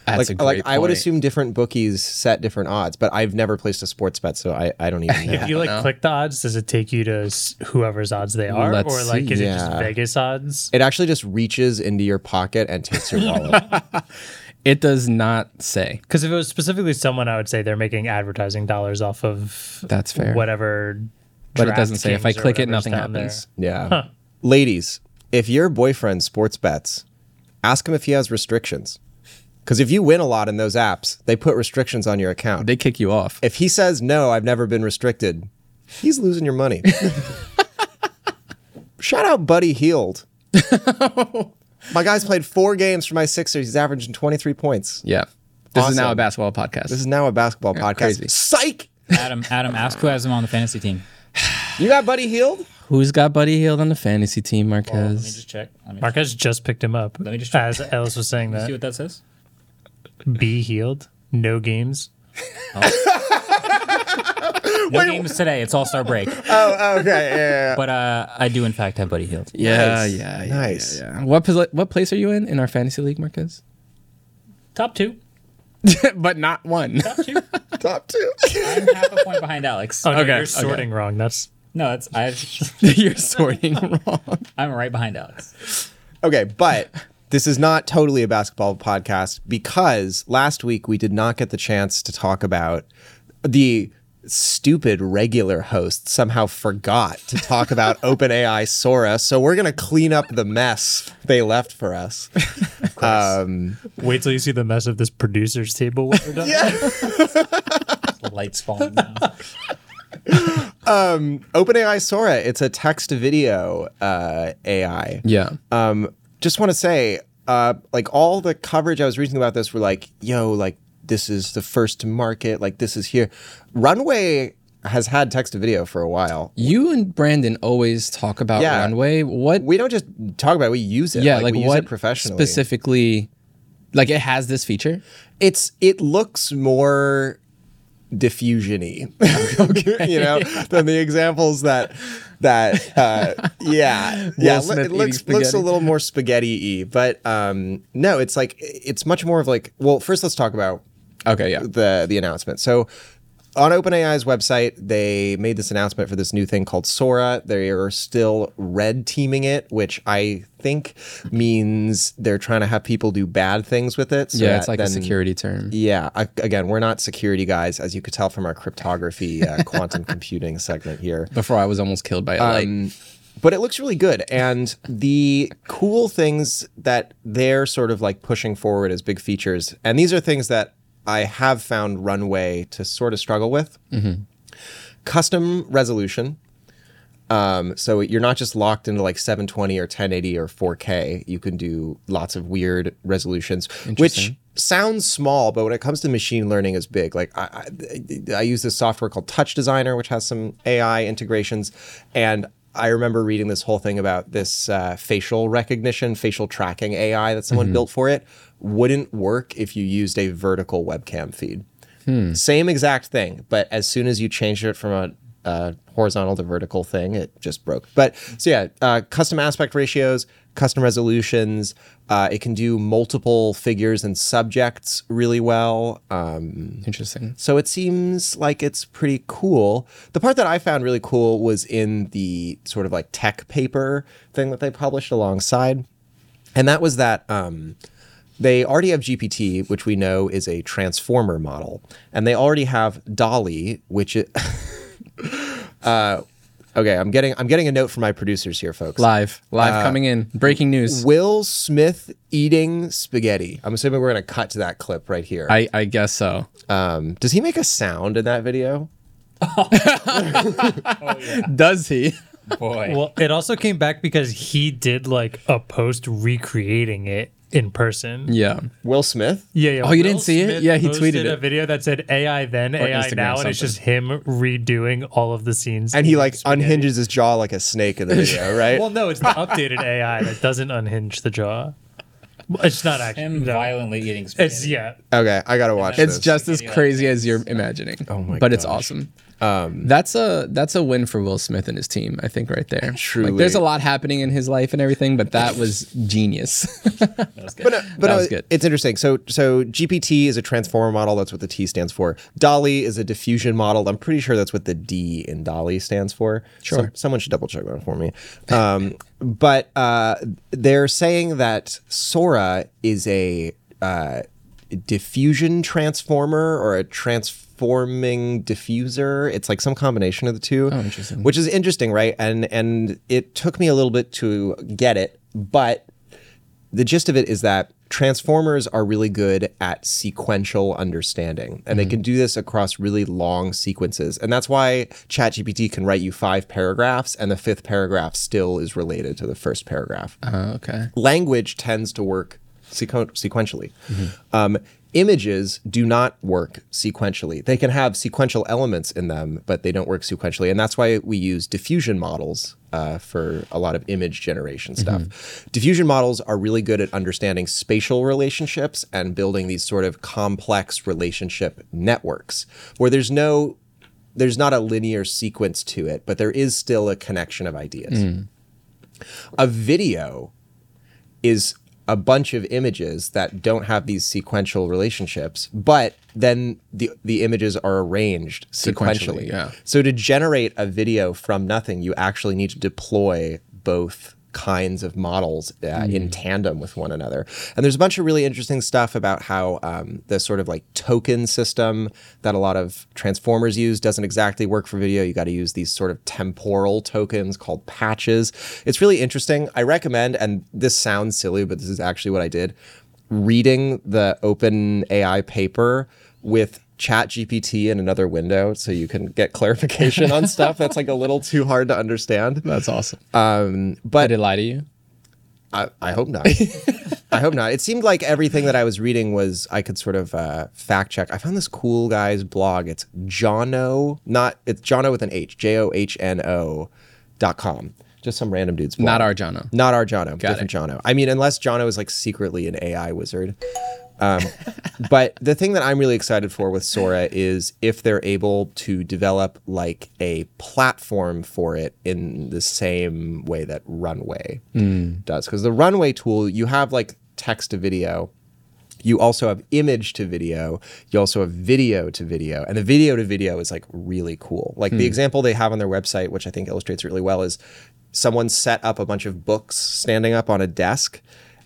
E: That's
D: like,
E: a
D: like
E: great
D: I would
E: point.
D: assume different bookies set different odds, but I've never placed a sports bet, so I, I don't even know.
C: If you like click the odds, does it take you to s- whoever's odds they are,
E: Let's
C: or like
E: see.
C: is it just
D: Yeah.
C: Vegas odds?
D: It actually just reaches into your pocket and takes your wallet.
E: It does not say.
C: Because if it was specifically someone, I would say they're making advertising dollars off of
E: That's fair.
C: whatever.
E: but it doesn't say. If I
C: DraftKings or
E: click it,
C: whatever's
E: nothing
C: down there.
E: happens.
D: Yeah. Ladies, if your boyfriend sports bets, ask him if he has restrictions. Because if you win a lot in those apps, they put restrictions on your account.
E: They kick you off.
D: if he says, no, I've never been restricted, he's losing your money. Shout out Buddy Healed. my guy's played four games for my Sixers. He's averaging 23 points.
E: Yeah. This is now a
D: Awesome.
E: basketball podcast.
D: This is now a basketball podcast.
E: crazy.
D: Psych!
B: Adam, Adam, ask who has him on the fantasy team.
D: You got Buddy Healed?
E: Who's got Buddy Hield on the fantasy team, Marquez?
B: check. Let me
C: Marquez just picked him up.
B: me just-
C: as Ellis was saying that.
B: see what that says.
C: Be healed. No games.
B: No games today. It's All Star break.
D: Okay, yeah, yeah,
B: But uh, I do in fact have Buddy Hield.
E: yeah,
D: Nice.
E: yeah, yeah.
D: Nice.
E: yeah. What pos- what place are you in in our fantasy league, Marquez?
B: Top two.
E: but not one.
B: Top two.
D: yeah. Top two.
B: I'm half a point behind Alex.
C: Oh, no,
E: Okay, okay.
C: you're sorting wrong. That's
B: No, that's I.
E: You're sorting wrong.
B: I'm right behind Alex.
D: Okay, but this is not totally a basketball podcast because last week we did not get the chance to talk about the stupid regular host somehow forgot to talk about OpenAI Sora. So we're going to clean up the mess they left for us. Um,
C: wait till you see the mess of this producer's table. When we're done.
B: The lights falling now.
D: OpenAI Sora, it's a text to video uh, AI.
E: Yeah.
D: um, just want to say, uh, like all the coverage I was reading about this were like, yo, like this is the first to market, like this is here. Runway has had text to video for a while.
E: you and Brandon always talk about
D: Yeah.
E: runway. What?
D: We don't just talk about it; we use it.
E: yeah, like,
D: we use
E: what
D: it professionally.
E: specifically? Like it has this feature.
D: It's it looks more diffusiony, okay, you know, than the examples that that uh, yeah yeah
E: Smith
D: lo- it
E: eating
D: looks looks
E: spaghetti.
D: a little more spaghetti-y, but um, no, it's like it's much more of like. Well, first let's talk about
E: Okay, yeah.
D: the the announcement. So on OpenAI's website, they made this announcement for this new thing called Sora. They are still red teaming it, which I think means they're trying to have people do bad things with it. so
E: yeah,
D: that
E: it's like a
D: then-
E: security term.
D: Yeah, I, again, we're not security guys, as you could tell from our cryptography uh, quantum computing segment here.
E: Before I was almost killed by a light.
D: But it looks really good. And the cool things that they're sort of like pushing forward as big features, and these are things that I have found Runway to sort of struggle with custom resolution. Um, so you're not just locked into like 720 or 1080 or 4K. You can do lots of weird resolutions, which sounds small, but when it comes to machine learning, is big. Like I, I, I use this software called Touch Designer, which has some AI integrations, and I remember reading this whole thing about this uh, facial recognition, facial tracking AI that someone built for it wouldn't work if you used a vertical webcam feed. Same exact thing, but as soon as you changed it from a uh, horizontal to vertical thing, it just broke. But so yeah, uh, custom aspect ratios, custom resolutions. Uh, it can do multiple figures and subjects really well. Um,
E: Interesting.
D: so it seems like it's pretty cool. The part that I found really cool was in the sort of like tech paper thing that they published alongside. And that was that um, they already have GPT, which we know is a transformer model, and they already have Dolly, which is. uh, okay, I'm getting I'm getting a note from my producers here, folks.
E: Live, Uh, live coming in. Breaking news.
D: Will Smith eating spaghetti. I'm assuming we're going to cut to that clip right here.
E: I, I guess so.
D: um, does he make a sound in that video?
E: Does he?
B: Boy.
C: Well, it also came back because he did like a post recreating it in person.
E: yeah.
D: Will Smith?
C: Yeah, yeah.
E: Oh, you didn't see it? Yeah, he
C: posted
E: tweeted
C: a
E: it.
C: video that said AI then AI
E: Instagram
C: now, and it's
E: something.
C: just him redoing all of the scenes.
D: and he
C: in
D: like
C: spaghetti.
D: unhinges his jaw like a snake in the video, right?
C: Well, no, it's the updated AI that doesn't unhinge the jaw. It's not actually.
B: Him
C: no.
B: violently eating spaghetti.
C: It's yeah.
D: okay, I gotta watch
E: It's
D: this.
E: just as crazy as you're imagining. Oh my But it's awesome.
D: Um,
E: that's a that's a win for Will Smith and his team, I think, right there.
D: Truly.
E: Like, there's a lot happening in his life and everything, but that was genius.
D: but no, but
E: That
D: no,
E: was good.
D: it's interesting. So so GPT is a transformer model. That's what the T stands for. Dolly is a diffusion model. I'm pretty sure that's what the D in Dolly stands for. Sure. someone should double check that for me. Um, but uh, they're saying that Sora is a uh, diffusion transformer or a transforming diffuser. It's like some combination of the two,
E: Oh,
D: which is interesting, right? And and it took me a little bit to get it, but the gist of it is that transformers are really good at sequential understanding and they can do this across really long sequences and that's why chatgpt can write you five paragraphs and the fifth paragraph still is related to the first paragraph
E: Oh, okay.
D: language tends to work sequen- sequentially. Um, images do not work sequentially. They can have sequential elements in them, but they don't work sequentially. And that's why we use diffusion models uh, for a lot of image generation stuff. Diffusion models are really good at understanding spatial relationships and building these sort of complex relationship networks where there's no. There's not a linear sequence to it, but there is still a connection of ideas. A video is a bunch of images that don't have these sequential relationships, but then the the images are arranged sequentially.
E: Sequentially, yeah.
D: So to generate a video from nothing, you actually need to deploy both kinds of models uh, in tandem with one another. And there's a bunch of really interesting stuff about how um, the sort of like token system that a lot of transformers use doesn't exactly work for video. You got to use these sort of temporal tokens called patches. It's really interesting. I recommend, and this sounds silly, but this is actually what I did reading the open AI paper with chat GPT in another window so you can get clarification on stuff that's like a little too hard to understand.
E: That's awesome.
D: Um, But
E: Did it lie to you?
D: I, I hope not. I hope not. It seemed like everything that I was reading was I could sort of uh, fact check. I found this cool guy's blog. It's Jono, not it's Jono with an H, J O H N O dot com. Just some random dude's blog.
E: Not our Jono.
D: Not our Jono. different Jono. I mean, unless Jono is like secretly an AI wizard. Um, but the thing that I'm really excited for with Sora is if they're able to develop like a platform for it in the same way that Runway does. Because the Runway tool, you have like text to video You also have image to video. You also have video to video. And the video to video is like really cool. Like the example they have on their website, which I think illustrates it really well, is someone set up a bunch of books standing up on a desk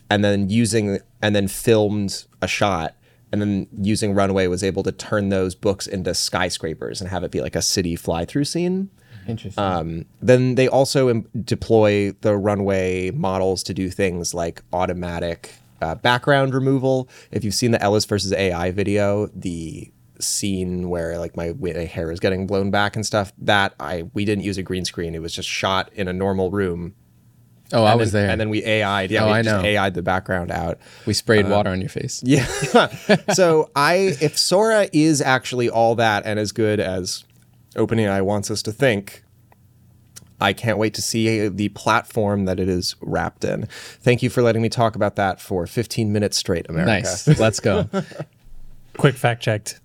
D: and then using and then filmed a shot and then using runway was able to turn those books into skyscrapers and have it be like a city fly through scene
E: Interesting.
D: um, then they also em- deploy the runway models to do things like automatic uh, background removal. If you've seen the Ellis versus AI video, the scene where like my, wi- my hair is getting blown back and stuff, that I we didn't use a green screen. It was just shot in a normal room.
E: oh, I was
D: and,
E: there.
D: And then we AI'd. Yeah,
E: Oh,
D: we
E: I
D: just
E: know.
D: AI'd the background out.
E: we sprayed water on your face.
D: uh, Yeah. so I, if Sora is actually all that and as good as OpenAI wants us to think, I can't wait to see the platform that it is wrapped in. Thank you for letting me talk about that for 15 minutes straight, America.
E: Nice. Let's go.
C: Quick fact checked.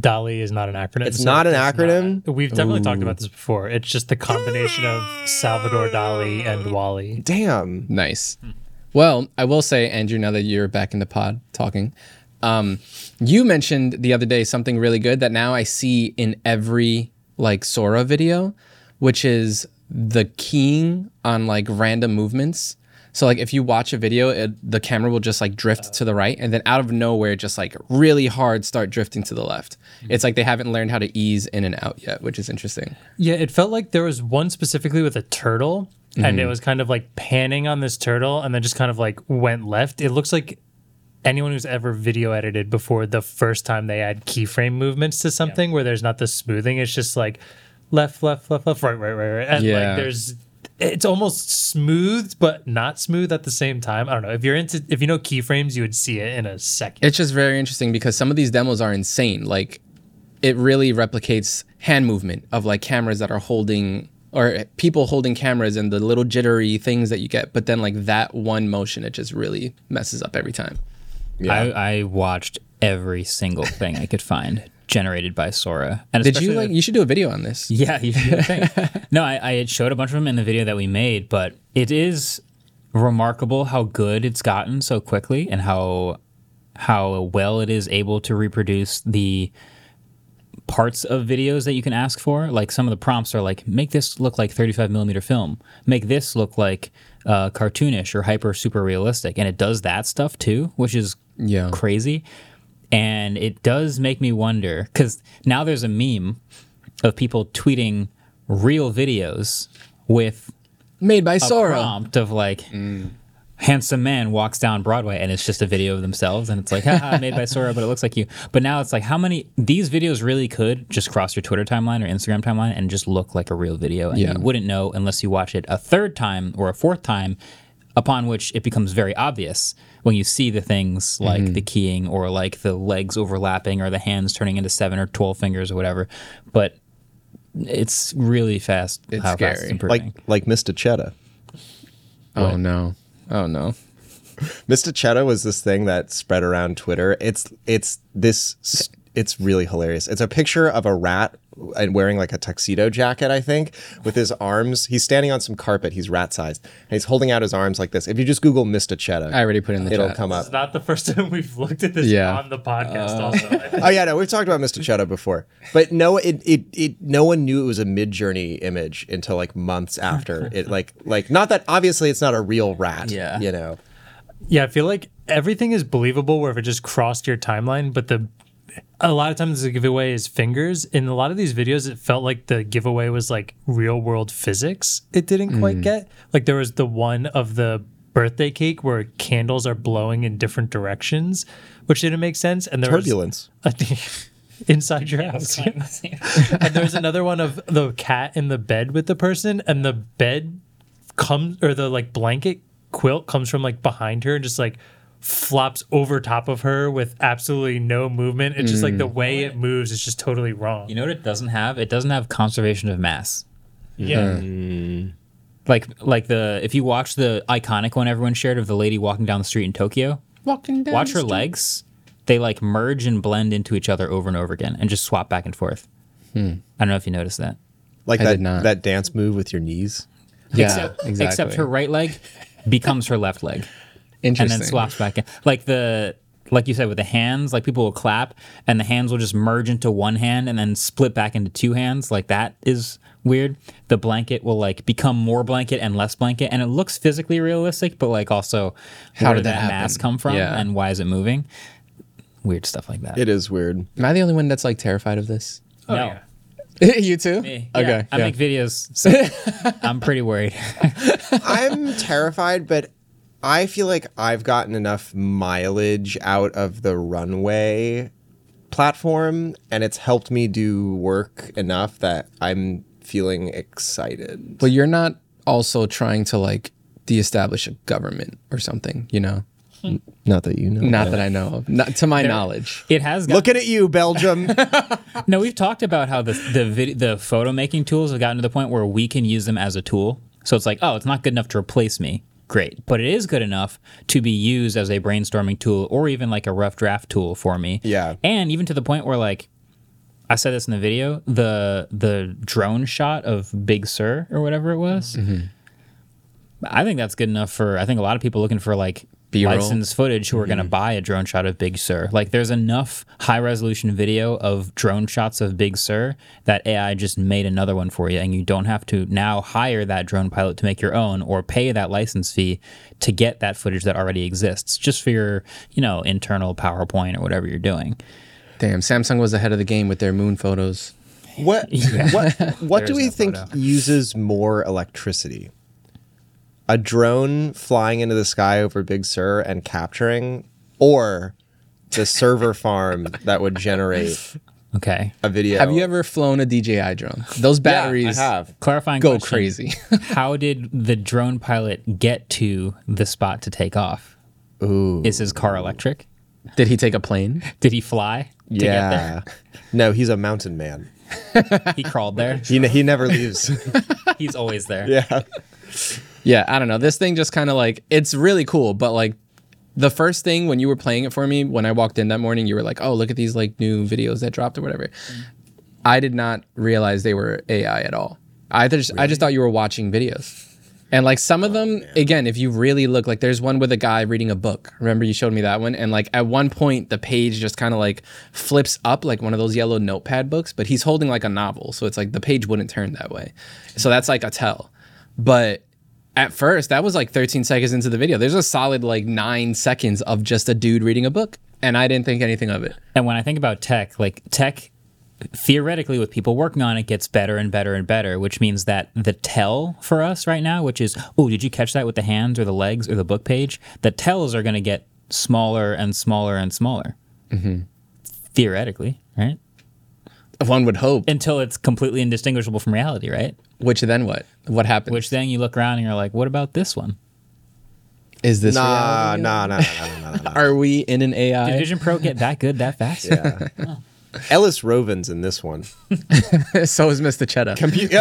C: Dolly is not an acronym.
D: It's not an acronym?
C: not. We've definitely talked about this before. It's just the combination of Salvador Dali and Wally.
D: Damn.
E: Nice. Well, I will say, Andrew, now that you're back in the pod talking, um, you mentioned the other day something really good that now I see in every like Sora video, which is the keying on like random movements. So like if you watch a video, it, the camera will just like drift to the right, and then out of nowhere, just like really hard start drifting to the left. It's like they haven't learned how to ease in and out yet, which is interesting.
C: Yeah, it felt like there was one specifically with a turtle, and
E: Mm-hmm.
C: it was kind of like panning on this turtle, and then just kind of like went left. It looks like anyone who's ever video edited before the first time they add keyframe movements to something where there's not the smoothing. It's just like left, left, left, left, right, right, right, right. And
E: Yeah.
C: like there's it's almost smooth but not smooth at the same time. I don't know. If you're into if you know keyframes, you would see it in a second.
E: It's just very interesting because some of these demos are insane. Like, it really replicates hand movement of like cameras that are holding or people holding cameras and the little jittery things that you get. But then, like, that one motion, it just really messes up every time.
B: I, I watched every single thing I could find generated by Sora. And
E: Did you
B: especially
E: like, you should do a video on this.
B: Yeah, you should think. no, I, I had showed a bunch of them in the video that we made, but it is remarkable how good it's gotten so quickly and how how well it is able to reproduce the parts of videos that you can ask for. Like some of the prompts are like, make this look like 35 millimeter film, make this look like uh, cartoonish or hyper super realistic, and it does that stuff too, which is
E: Yeah.
B: crazy. And it does make me wonder because now there's a meme of people tweeting real videos with
E: Made by Sora.
B: prompt of like
E: Mm.
B: handsome man walks down Broadway and it's just a video of themselves and it's like haha made by Sora but it looks like you but now it's like how many these videos really could just cross your Twitter timeline or Instagram timeline and just look like a real video and
E: Yeah.
B: you wouldn't know unless you watch it a third time or a fourth time upon which it becomes very obvious when you see the things like
E: Mm-hmm.
B: the keying or like the legs overlapping or the hands turning into 7 or 12 fingers or whatever but it's really fast
E: It's
B: how fast
E: scary.
B: it's improving.
D: Like, like Mr. Cheddar.
E: Oh, no. Oh, no.
D: Mr. Cheddar was this thing that spread around Twitter. It's it's this s- it's really hilarious. It's a picture of a rat and wearing like a tuxedo jacket, I think, with his arms. He's standing on some carpet. He's rat sized. And he's holding out his arms like this. If you just Google Mr. Cheddar,
E: I already put it in the
D: it'll
E: chat.
D: come
C: It's
D: up.
C: not the first time we've looked at this
E: Yeah. Uh.
C: on the podcast also. I think.
D: Oh yeah, no, we've talked about Mr. Cheddar before, but no, it, it it no one knew it was a mid journey image until like months after it. Like like not that obviously it's not a real rat.
B: Yeah.
D: you know.
C: Yeah, I feel like everything is believable where if it just crossed your timeline, but the a lot of times the giveaway is fingers. In a lot of these videos, it felt like the giveaway was like real world physics. It didn't quite get like there was the one of the birthday cake where candles are blowing in different directions, which didn't make sense. And there
D: Turbulence.
C: was inside your house. and there's another one of the cat in the bed with the person, and the bed comes or the like blanket quilt comes from like behind her and just like flops over top of her with absolutely no movement. It's just like the way it moves is just totally wrong.
B: You know what it doesn't have? It doesn't have conservation of mass.
C: yeah.
B: Like like the if you watch the iconic one everyone shared of the lady walking down the street in Tokyo,
E: Walking down
B: watch
E: the
B: her
E: street.
B: legs. They like merge and blend into each other over and over again and just swap back and forth.
E: Hmm.
B: I don't know if you noticed that.
D: Like
E: I
D: that
E: did not.
D: that dance move with your knees.
E: Yeah,
B: except,
E: exactly.
B: except her right leg becomes her left leg
E: Interesting.
B: and then swaps back in. Like the like you said with the hands, like people will clap and the hands will just merge into one hand and then split back into two hands. Like that is weird. The blanket will like become more blanket and less blanket, and it looks physically realistic, but like also
E: How
B: where
E: did that
B: that,
E: happen?
B: mass come from
E: Yeah.
B: and why is it moving? Weird stuff like that.
D: It is weird.
E: Am I the only one that's like terrified of this?
B: no.
E: you too?
B: Me.
E: Okay.
B: Yeah, I
E: yeah.
B: make videos, so I'm pretty worried.
D: I'm terrified, but I feel like I've gotten enough mileage out of the runway platform and it's helped me do work enough that I'm feeling excited.
E: But you're not also trying to like de-establish a government or something, you know?
D: Not that you know.
E: Not that I know of, not to my knowledge.
B: It has gotten,
D: Looking at you, Belgium.
B: no. We've talked about how the the vid, the photo making tools have gotten to the point where we can use them as a tool. So it's like, oh, it's not good enough to replace me. Great, but it is good enough to be used as a brainstorming tool or even like a rough draft tool for me.
D: Yeah.
B: and even to the point where like. I said this in the video, the the drone shot of Big Sur or whatever it was. I think that's good enough for I think a lot of people looking for like
E: B-roll.
B: licensed footage who are
E: Mm-hmm.
B: going to buy a drone shot of Big Sur. Like there's enough high resolution video of drone shots of Big Sur that AI just made another one for you and you don't have to now hire that drone pilot to make your own or pay that license fee to get that footage that already exists just for your, you know, internal PowerPoint or whatever you're doing.
E: Damn, Samsung was ahead of the game with their moon photos.
D: What what what do
B: There's
D: we
B: no
D: think
B: photo.
D: uses more electricity? A drone flying into the sky over Big Sur and capturing or the server farm that would generate
B: Okay.
D: a video.
E: Have you ever flown a DJI drone? Those
D: Yeah,
E: batteries
D: I have.
B: Clarifying
E: go
B: question.
E: crazy.
B: How did the drone pilot get to the spot to take off? Ooh. Is his car electric?
E: Did he take a plane?
B: Did he fly to get there?
D: Yeah. No, he's a mountain man.
B: He crawled there.
D: He ne- he never leaves.
B: He's always there.
D: yeah.
E: Yeah, I don't know. This thing just kind of like it's really cool, but like the first thing when you were playing it for me when I walked in that morning, you were like, "Oh, look at these like new videos that dropped or whatever." I did not realize they were AI at all. I just I just thought you were watching videos. And like some of them, again, if you really look, like there's one with a guy reading a book. Remember you showed me that one? And like at one point, the page just kind of like flips up like one of those yellow notepad books, but he's holding like a novel. So it's like the page wouldn't turn that way. So that's like a tell. But at first, that was like 13 seconds into the video. There's a solid like nine seconds of just a dude reading a book. And I didn't think anything of it.
B: And when I think about tech, like tech theoretically with people working on it gets better and better and better, which means that the tell for us right now, which is, oh, did you catch that with the hands or the legs or the book page? The tells are going to get smaller and smaller and smaller.
D: Mm-hmm.
B: Theoretically, right?
E: One would hope.
B: Until it's completely indistinguishable from reality, right?
E: Which then what? What happened?
B: Which then you look around and you're like, what about this one?
E: is this?
D: Nah,
E: reality?
D: nah, nah, nah, nah, nah, nah, nah.
E: Are we in an AI?
B: Did Vision Pro get that good that fast?
D: Ellis Rovin's in this one.
E: so is Mr. Cheddar.
D: Compu-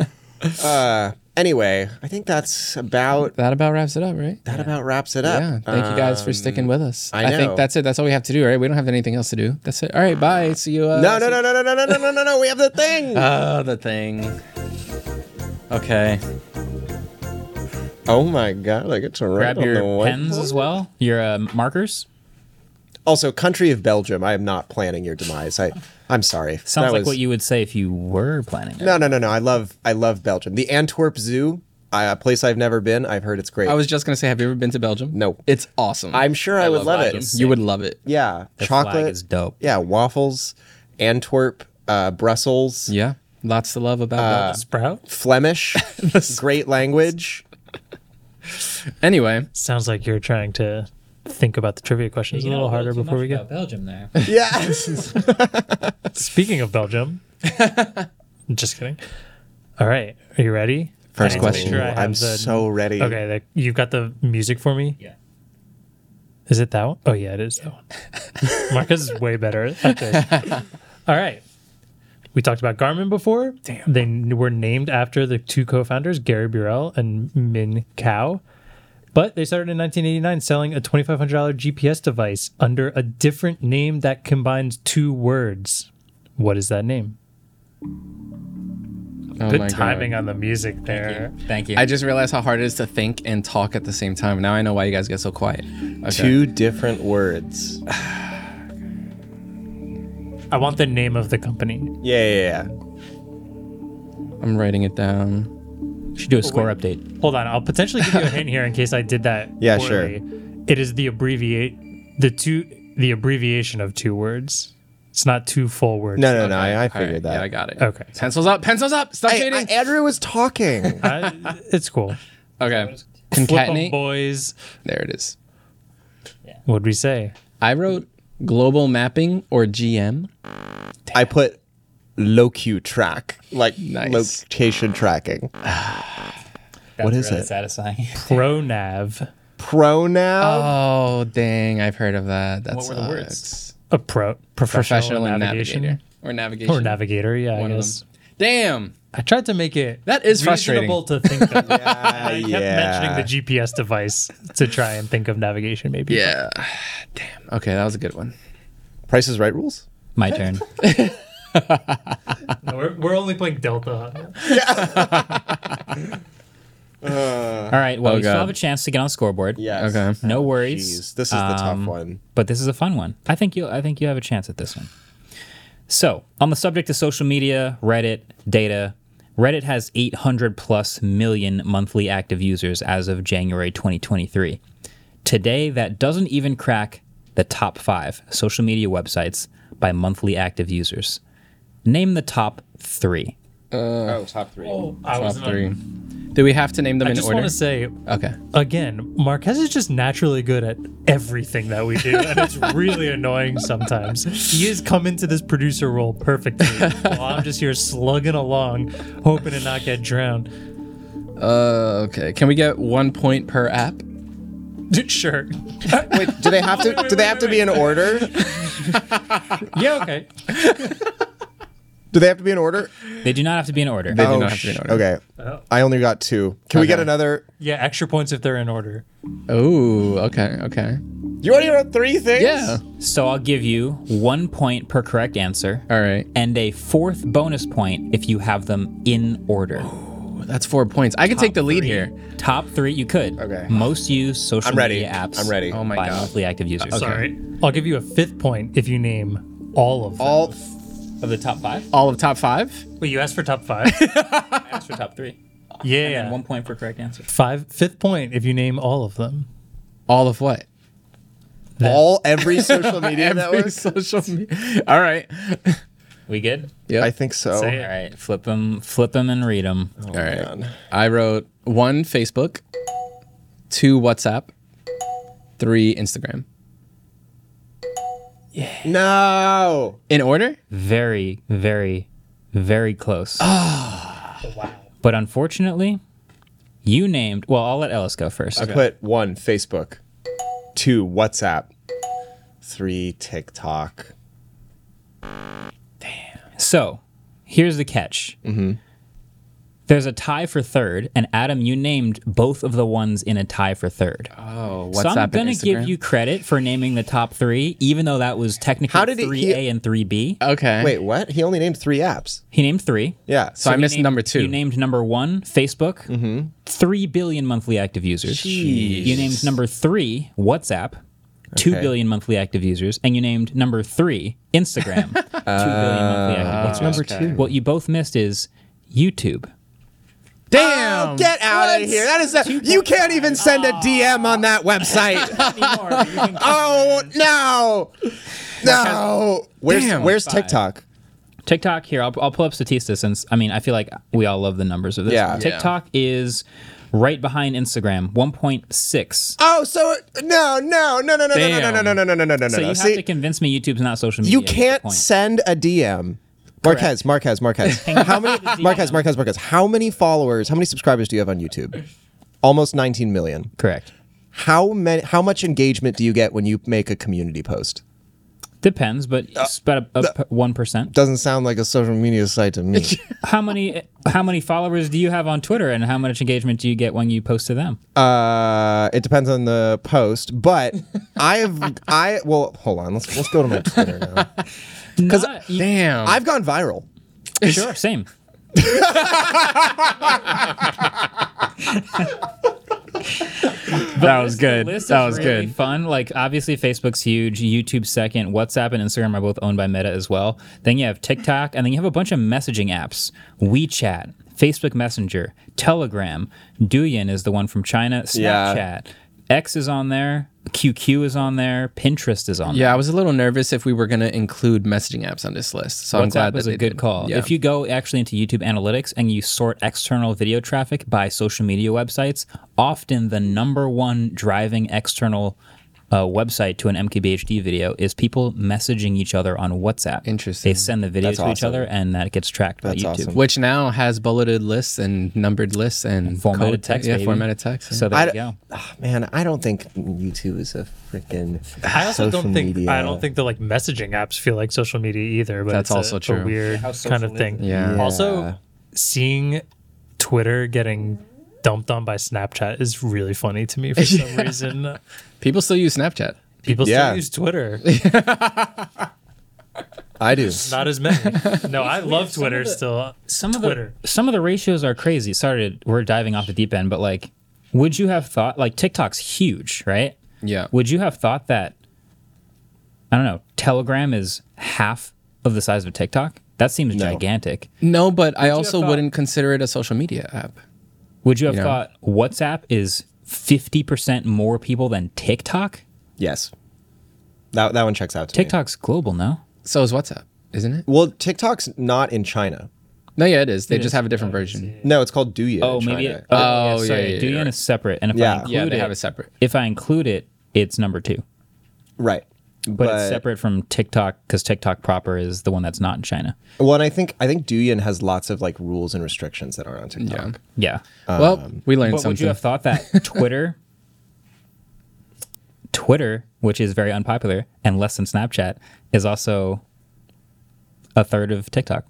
D: oh no. uh, anyway, I think that's about
E: that about wraps it up, right?
D: that about wraps it up. Uh,
E: Yeah. Thank you guys for sticking with us.
D: I know.
E: think that's it. That's all we have to do, right? We don't have anything else to do. That's it. All right. Bye. See you. Uh,
D: No, no, no, no, no, no, no, no, no, no, no. We have the thing.
E: Oh, the thing. Okay.
D: oh my god, I get to write
B: Grab
D: on the
B: your
D: white-
B: pens as well, your uh, markers.
D: Also, country of Belgium. I am not planning your demise. I, I'm sorry.
B: Sounds
D: That
B: like
D: was-
B: what you would say if you were planning it.
D: No, no, no, no. I love, I love Belgium. The Antwerp Zoo, I- a place I've never been. I've heard it's great.
E: I was just gonna say, have you ever been to Belgium?
D: No.
E: It's awesome.
D: I'm sure I, would
B: love
D: love it.
B: Belgium.
E: You would love it.
D: Yeah,
B: The
D: chocolate
B: flag is dope.
D: Yeah, waffles, Antwerp, uh, Brussels,
E: Yeah. Lots to love about
D: Uh,
E: Belgium.
C: Sprout?
D: Flemish, great language.
E: Anyway,
C: Sounds like you're trying to think about the trivia questions a little harder before we get.
B: Belgium there.
D: Yeah.
C: Speaking of Belgium, just kidding. All right, are you ready? I
E: First
C: need to make
E: question.
C: sure I have
D: I'm
C: the-
D: so ready.
C: Okay, the, you've got the music for me.
B: Yeah.
C: Is it that one? Oh yeah, it is that one. Marcus is way better at this. All right. We talked about Garmin before. Damn. They n- were named after the two co-founders, Gary Burrell and Min Cao. But they started in 1989 selling a $2,500 GPS device under a different name that combines two words. What is that name?
E: Oh my
C: Good
E: God.
C: timing on the music there.
B: Thank you.
E: I just realized how hard it is to think and talk at the same time. Now I know why you guys get so quiet. Okay.
D: Two different words. Yeah,
C: I want the name of the company.
D: yeah, yeah.
E: I'm writing it down.
B: should do a score update.
C: Hold on, I'll potentially give you a hint here in case I did that.
D: Yeah, sure.
C: sure. It is the abbreviate the two the abbreviation of two words. It's not two full words.
D: No, no, no.
E: Okay,
D: I, I
E: all right,
D: figured
E: Yeah, I
D: that.
E: got it.
C: Okay.
E: Pencils up. Pencils up. Stop
D: Hey,
E: cheating.
D: I- Andrew was talking.
C: I, Uh, it's cool.
E: okay.
C: Flip 'em,
E: Concatenate.
C: boys.
E: There it is.
C: What'd we say?
E: I wrote global mapping or GM.
D: I put locu track, like
E: Nice.
D: location tracking.
B: That's
D: is
B: really
D: it?
B: Satisfying.
C: Pronav.
D: Pronoun.
E: Oh dang! I've heard of that. That's
B: What were the words?
C: A pro professional,
E: Professional and
C: navigation.
E: navigator or navigation
C: Or navigator, yeah,
E: One
C: I
E: of
C: guess.
E: them. Damn.
C: I tried to make it
E: That is frustrating.
C: reasonable to think that way.
D: Ah,
C: I kept
D: yeah.
C: mentioning the GPS device to try and think of navigation maybe.
E: Yeah. Damn. Okay, that was a good one.
D: Price is Right rules.
B: My turn.
C: No, we're, we're only playing Delta.
B: All right. Well,
E: Oh,
B: we still
E: God.
B: have a chance to get on scoreboard.
D: Yes.
E: Okay.
B: No
D: Jeez,
B: worries.
D: this is the tough one.
B: but this is a fun one. I think you I think you have a chance at this one. So, on the subject of social media, Reddit, data, Reddit has 800 plus million monthly active users as of January 2023. Today, that doesn't even crack the top five social media websites by monthly active users. Name the top three.
D: Oh, top three.
C: I
E: Top
C: wasn't on-
E: three. Do we have to name them
C: I
E: in
C: just
E: order?
C: want to say
E: okay.
C: again, Marquez is just naturally good at everything that we do, and it's really annoying sometimes. He has come into this producer role perfectly, while I'm just here slugging along, hoping to not get drowned.
E: Uh, okay. Can we get one point per app?
C: Dude, Sure.
D: Wait, do they have to? Do they have to be in order?
C: Yeah. Okay.
D: Do they have to be in order?
B: They do not have to be in order.
E: They do
D: Oh,
E: not have to be in
D: sh-
E: order.
D: Okay. I only got two. Can we get
E: Okay.
D: another?
C: Yeah. Extra points if they're in order.
E: Oh, okay, okay.
D: You already wrote three things.
E: Yeah.
B: So, I'll give you one point per correct answer.
E: All right.
B: And a fourth bonus point if you have them in order.
E: Oh, That's four points. I can take the lead here.
B: Top three, you could.
D: Okay.
B: Most used social
D: I'm ready.
B: media apps.
D: I'm ready.
E: Oh my
B: by
E: God.
B: monthly active users.
C: Sorry. I'll give you a fifth point if you name all of them.
D: All.
B: Of the top five?
E: All of top five?
C: Wait, you asked for top five.
B: I asked for top three.
C: yeah.
B: One point for correct answer.
C: Five. Fifth point if you name all of them.
E: All of what?
D: All every social media network.
E: social media. All right.
B: We good?
E: Yeah.
D: I think so.
B: All
C: Say it.
B: right. Flip them, flip them and read them.
E: All right. I wrote one Facebook, two WhatsApp, three Instagram.
D: No.
E: In order?
B: Very, very, very close. Oh. Wow. But unfortunately, you named. Well, I'll let Ellis go first.
D: I put one Facebook, two WhatsApp, three TikTok.
B: So, here's the catch. There's a tie for third, and Adam, you named both of the ones in a tie for third.
E: Oh, WhatsApp.
B: so I'm
E: and
B: gonna give
E: Instagram.
B: you credit for naming the top three, even though that was technically
D: How did he-
B: 3A and 3B.
E: Okay.
D: Wait, what? He only named three apps.
B: He named three.
D: Yeah.
E: So, I missed
B: named-
E: number two.
B: You named number one, Facebook,
D: Mm-hmm.
B: Three billion monthly active users. You named number three, WhatsApp, Two billion
D: Okay.
B: monthly active users. And you named number three, Instagram, Two billion monthly
E: Ah,
B: active users.
D: number two?
B: What you both missed is YouTube.
E: Damn.
D: Oh, get out of here. That is a, you can't even send a DM on that website. oh, no. No. Where's
E: Damn.
D: where's TikTok?
B: TikTok here. I'll, I'll pull up Statista since I mean I feel like we all love the numbers of this.
D: Yeah. Yeah.
B: TikTok is right behind Instagram, 1.6.
D: Oh, so no, no, no, no, no, no, no, no,
E: Damn.
D: no, no, no, no, no, no.
B: so you
D: no.
B: have
D: See,
B: to convince me YouTube's not social media.
D: you
B: is the
D: can't
B: point.
D: send a DM. Marquez, Marquez, Marquez. How many Marquez, Marquez, Marquez? How many followers? How many subscribers do you have on YouTube? Almost 19 million.
B: Correct.
D: How many? How much engagement do you get when you make a community post?
B: Depends, but it's about one percent.
D: Doesn't sound like a social media site to me.
B: How many how many followers do you have on Twitter, and how much engagement do you get when you post to them?
D: Uh, it depends on the post, but I've I well hold on. Let's let's go to my Twitter now.
B: Because
E: Damn.
D: I've gone viral.
B: sure, same. that
E: was good.
B: list
E: That
B: is
E: was
B: really
E: good.
B: Fun. Like obviously Facebook's huge, YouTube's second, WhatsApp and Instagram are both owned by Meta as well. Then you have TikTok, and then you have a bunch of messaging apps: WeChat, Facebook Messenger, Telegram. Douyin is the one from China.
D: Yeah.
B: Snapchat, X is on there. QQ is on there. Pinterest is on there.
E: Yeah, I was a little nervous if we were going to include messaging apps on this list. So I'm glad
B: WhatsApp
E: that
B: is a
E: they
B: good
E: did.
B: call.
E: Yeah.
B: If you go actually into YouTube Analytics and you sort external video traffic by social media websites, often the number one driving external uh, website to an MKBHD video is people messaging each other on WhatsApp.
E: Interesting.
B: They send the video
D: That's
B: to each
D: awesome.
B: other, and that gets tracked
D: That's
B: by YouTube.
D: awesome.
E: which now has bulleted lists and numbered lists and,
B: Formatted
E: code-
B: text,
E: Yeah,
B: baby.
E: formatted text.
B: So
E: So
B: there
D: I
B: you
D: d-
B: go.
D: Ah, man, I don't think YouTube is a freaking.
C: I also
D: social
C: don't think
D: media.
C: I don't think the like messaging apps feel like social media either. But
E: That's
C: it's a-
E: also
C: a,
E: true.
C: weird kind of thing.
E: Yeah.
D: Yeah.
C: Also, seeing Twitter getting dumped on by Snapchat is really funny to me for some reason.
E: people still use Snapchat.
C: People
D: Yeah.
C: still use Twitter,
D: I do.
C: not as many. No, I love Twitter still.
B: some of
C: Twitter.
B: the some of the ratios are crazy. Sorry, to- we're diving off the deep end, but like, would you have thought like TikTok's huge, right?
E: Yeah.
B: Would you have thought that? I don't know. Telegram is half of the size of TikTok. That seems gigantic.
E: No, but I also
B: thought?
E: wouldn't consider it a social media app.
B: Would you have
E: Yeah.
B: thought WhatsApp is fifty percent more people than TikTok?
D: Yes. That that one checks out. To me.
B: TikTok's global, no?
E: So is WhatsApp, isn't it?
D: Well, TikTok's not in China.
E: No, yeah, it is. Oh, They just have a different version.
D: No, it's called Douyin.
B: Oh,
D: in
B: maybe.
D: China.
B: oh,
E: Oh, yeah,
B: yeah, sorry.
E: yeah,
B: Douyin
E: you're right.
B: is separate, and if I
D: Yeah.
B: include
E: Yeah, they
B: it,
E: have a separate.
B: if I include it, it's number two.
D: right.
B: but, it's separate from TikTok because TikTok proper is the one that's not in China.
D: Well, and I think I think Douyin has lots of like rules and restrictions that aren't on TikTok.
E: Yeah.
B: Yeah.
E: well, we learned
B: but
E: something.
B: Uh, would you have thought that Twitter, Twitter, which is very unpopular and less than Snapchat, is also a third of TikTok?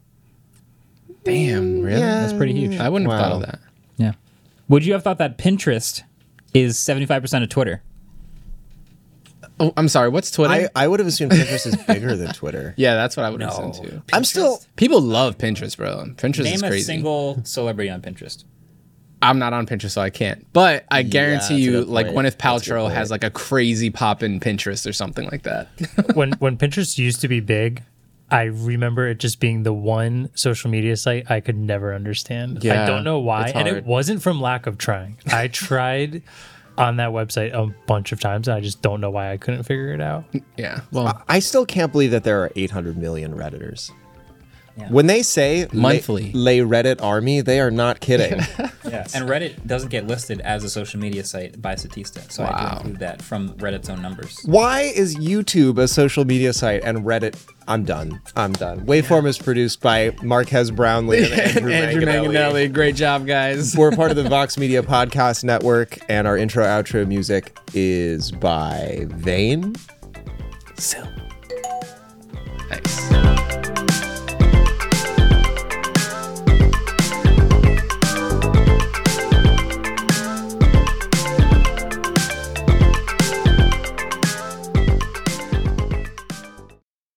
E: Damn, really?
B: That's pretty huge.
E: I wouldn't have thought
D: Wow.
E: of that.
B: Yeah. Would you have thought that Pinterest is seventy five percent of Twitter?
E: Oh, I'm sorry. What's Twitter?
D: I, I would have assumed Pinterest is bigger than Twitter.
E: yeah, that's what I would have sent to.
D: I'm still
E: People love Pinterest, bro. Pinterest is
B: Name a
E: crazy.
B: single celebrity on Pinterest.
E: I'm not on Pinterest, so I can't. But I guarantee
D: that's a
E: you,
D: good
E: like
D: point.
E: Gwyneth
D: That's a good
E: Paltrow
D: point.
E: has like a crazy pop in Pinterest or something like that.
C: when when Pinterest used to be big, I remember it just being the one social media site I could never understand. I
E: Yeah,
C: don't know why,
E: it's
C: and it
E: hard.
C: wasn't from lack of trying. I tried on that website a bunch of times, and I just don't know why I couldn't figure it out.
E: yeah. Well,
D: I still can't believe that there are 800 million Redditors. When they say lay-
E: Monthly.
D: lay Reddit army, they are not kidding.
B: Yes. And Reddit doesn't get listed as a social media site by Statista, so I had to include that from Reddit's own numbers.
D: Why is YouTube a social media site and Reddit? I'm done. I'm done. Waveform is produced by Marquez Brownlee and Andrew,
E: Andrew
D: Manganelli.
E: Manganelli, great job, guys.
D: We're part of the Vox Media Podcast Network, and our intro outro music is by Vane.
E: So, thanks.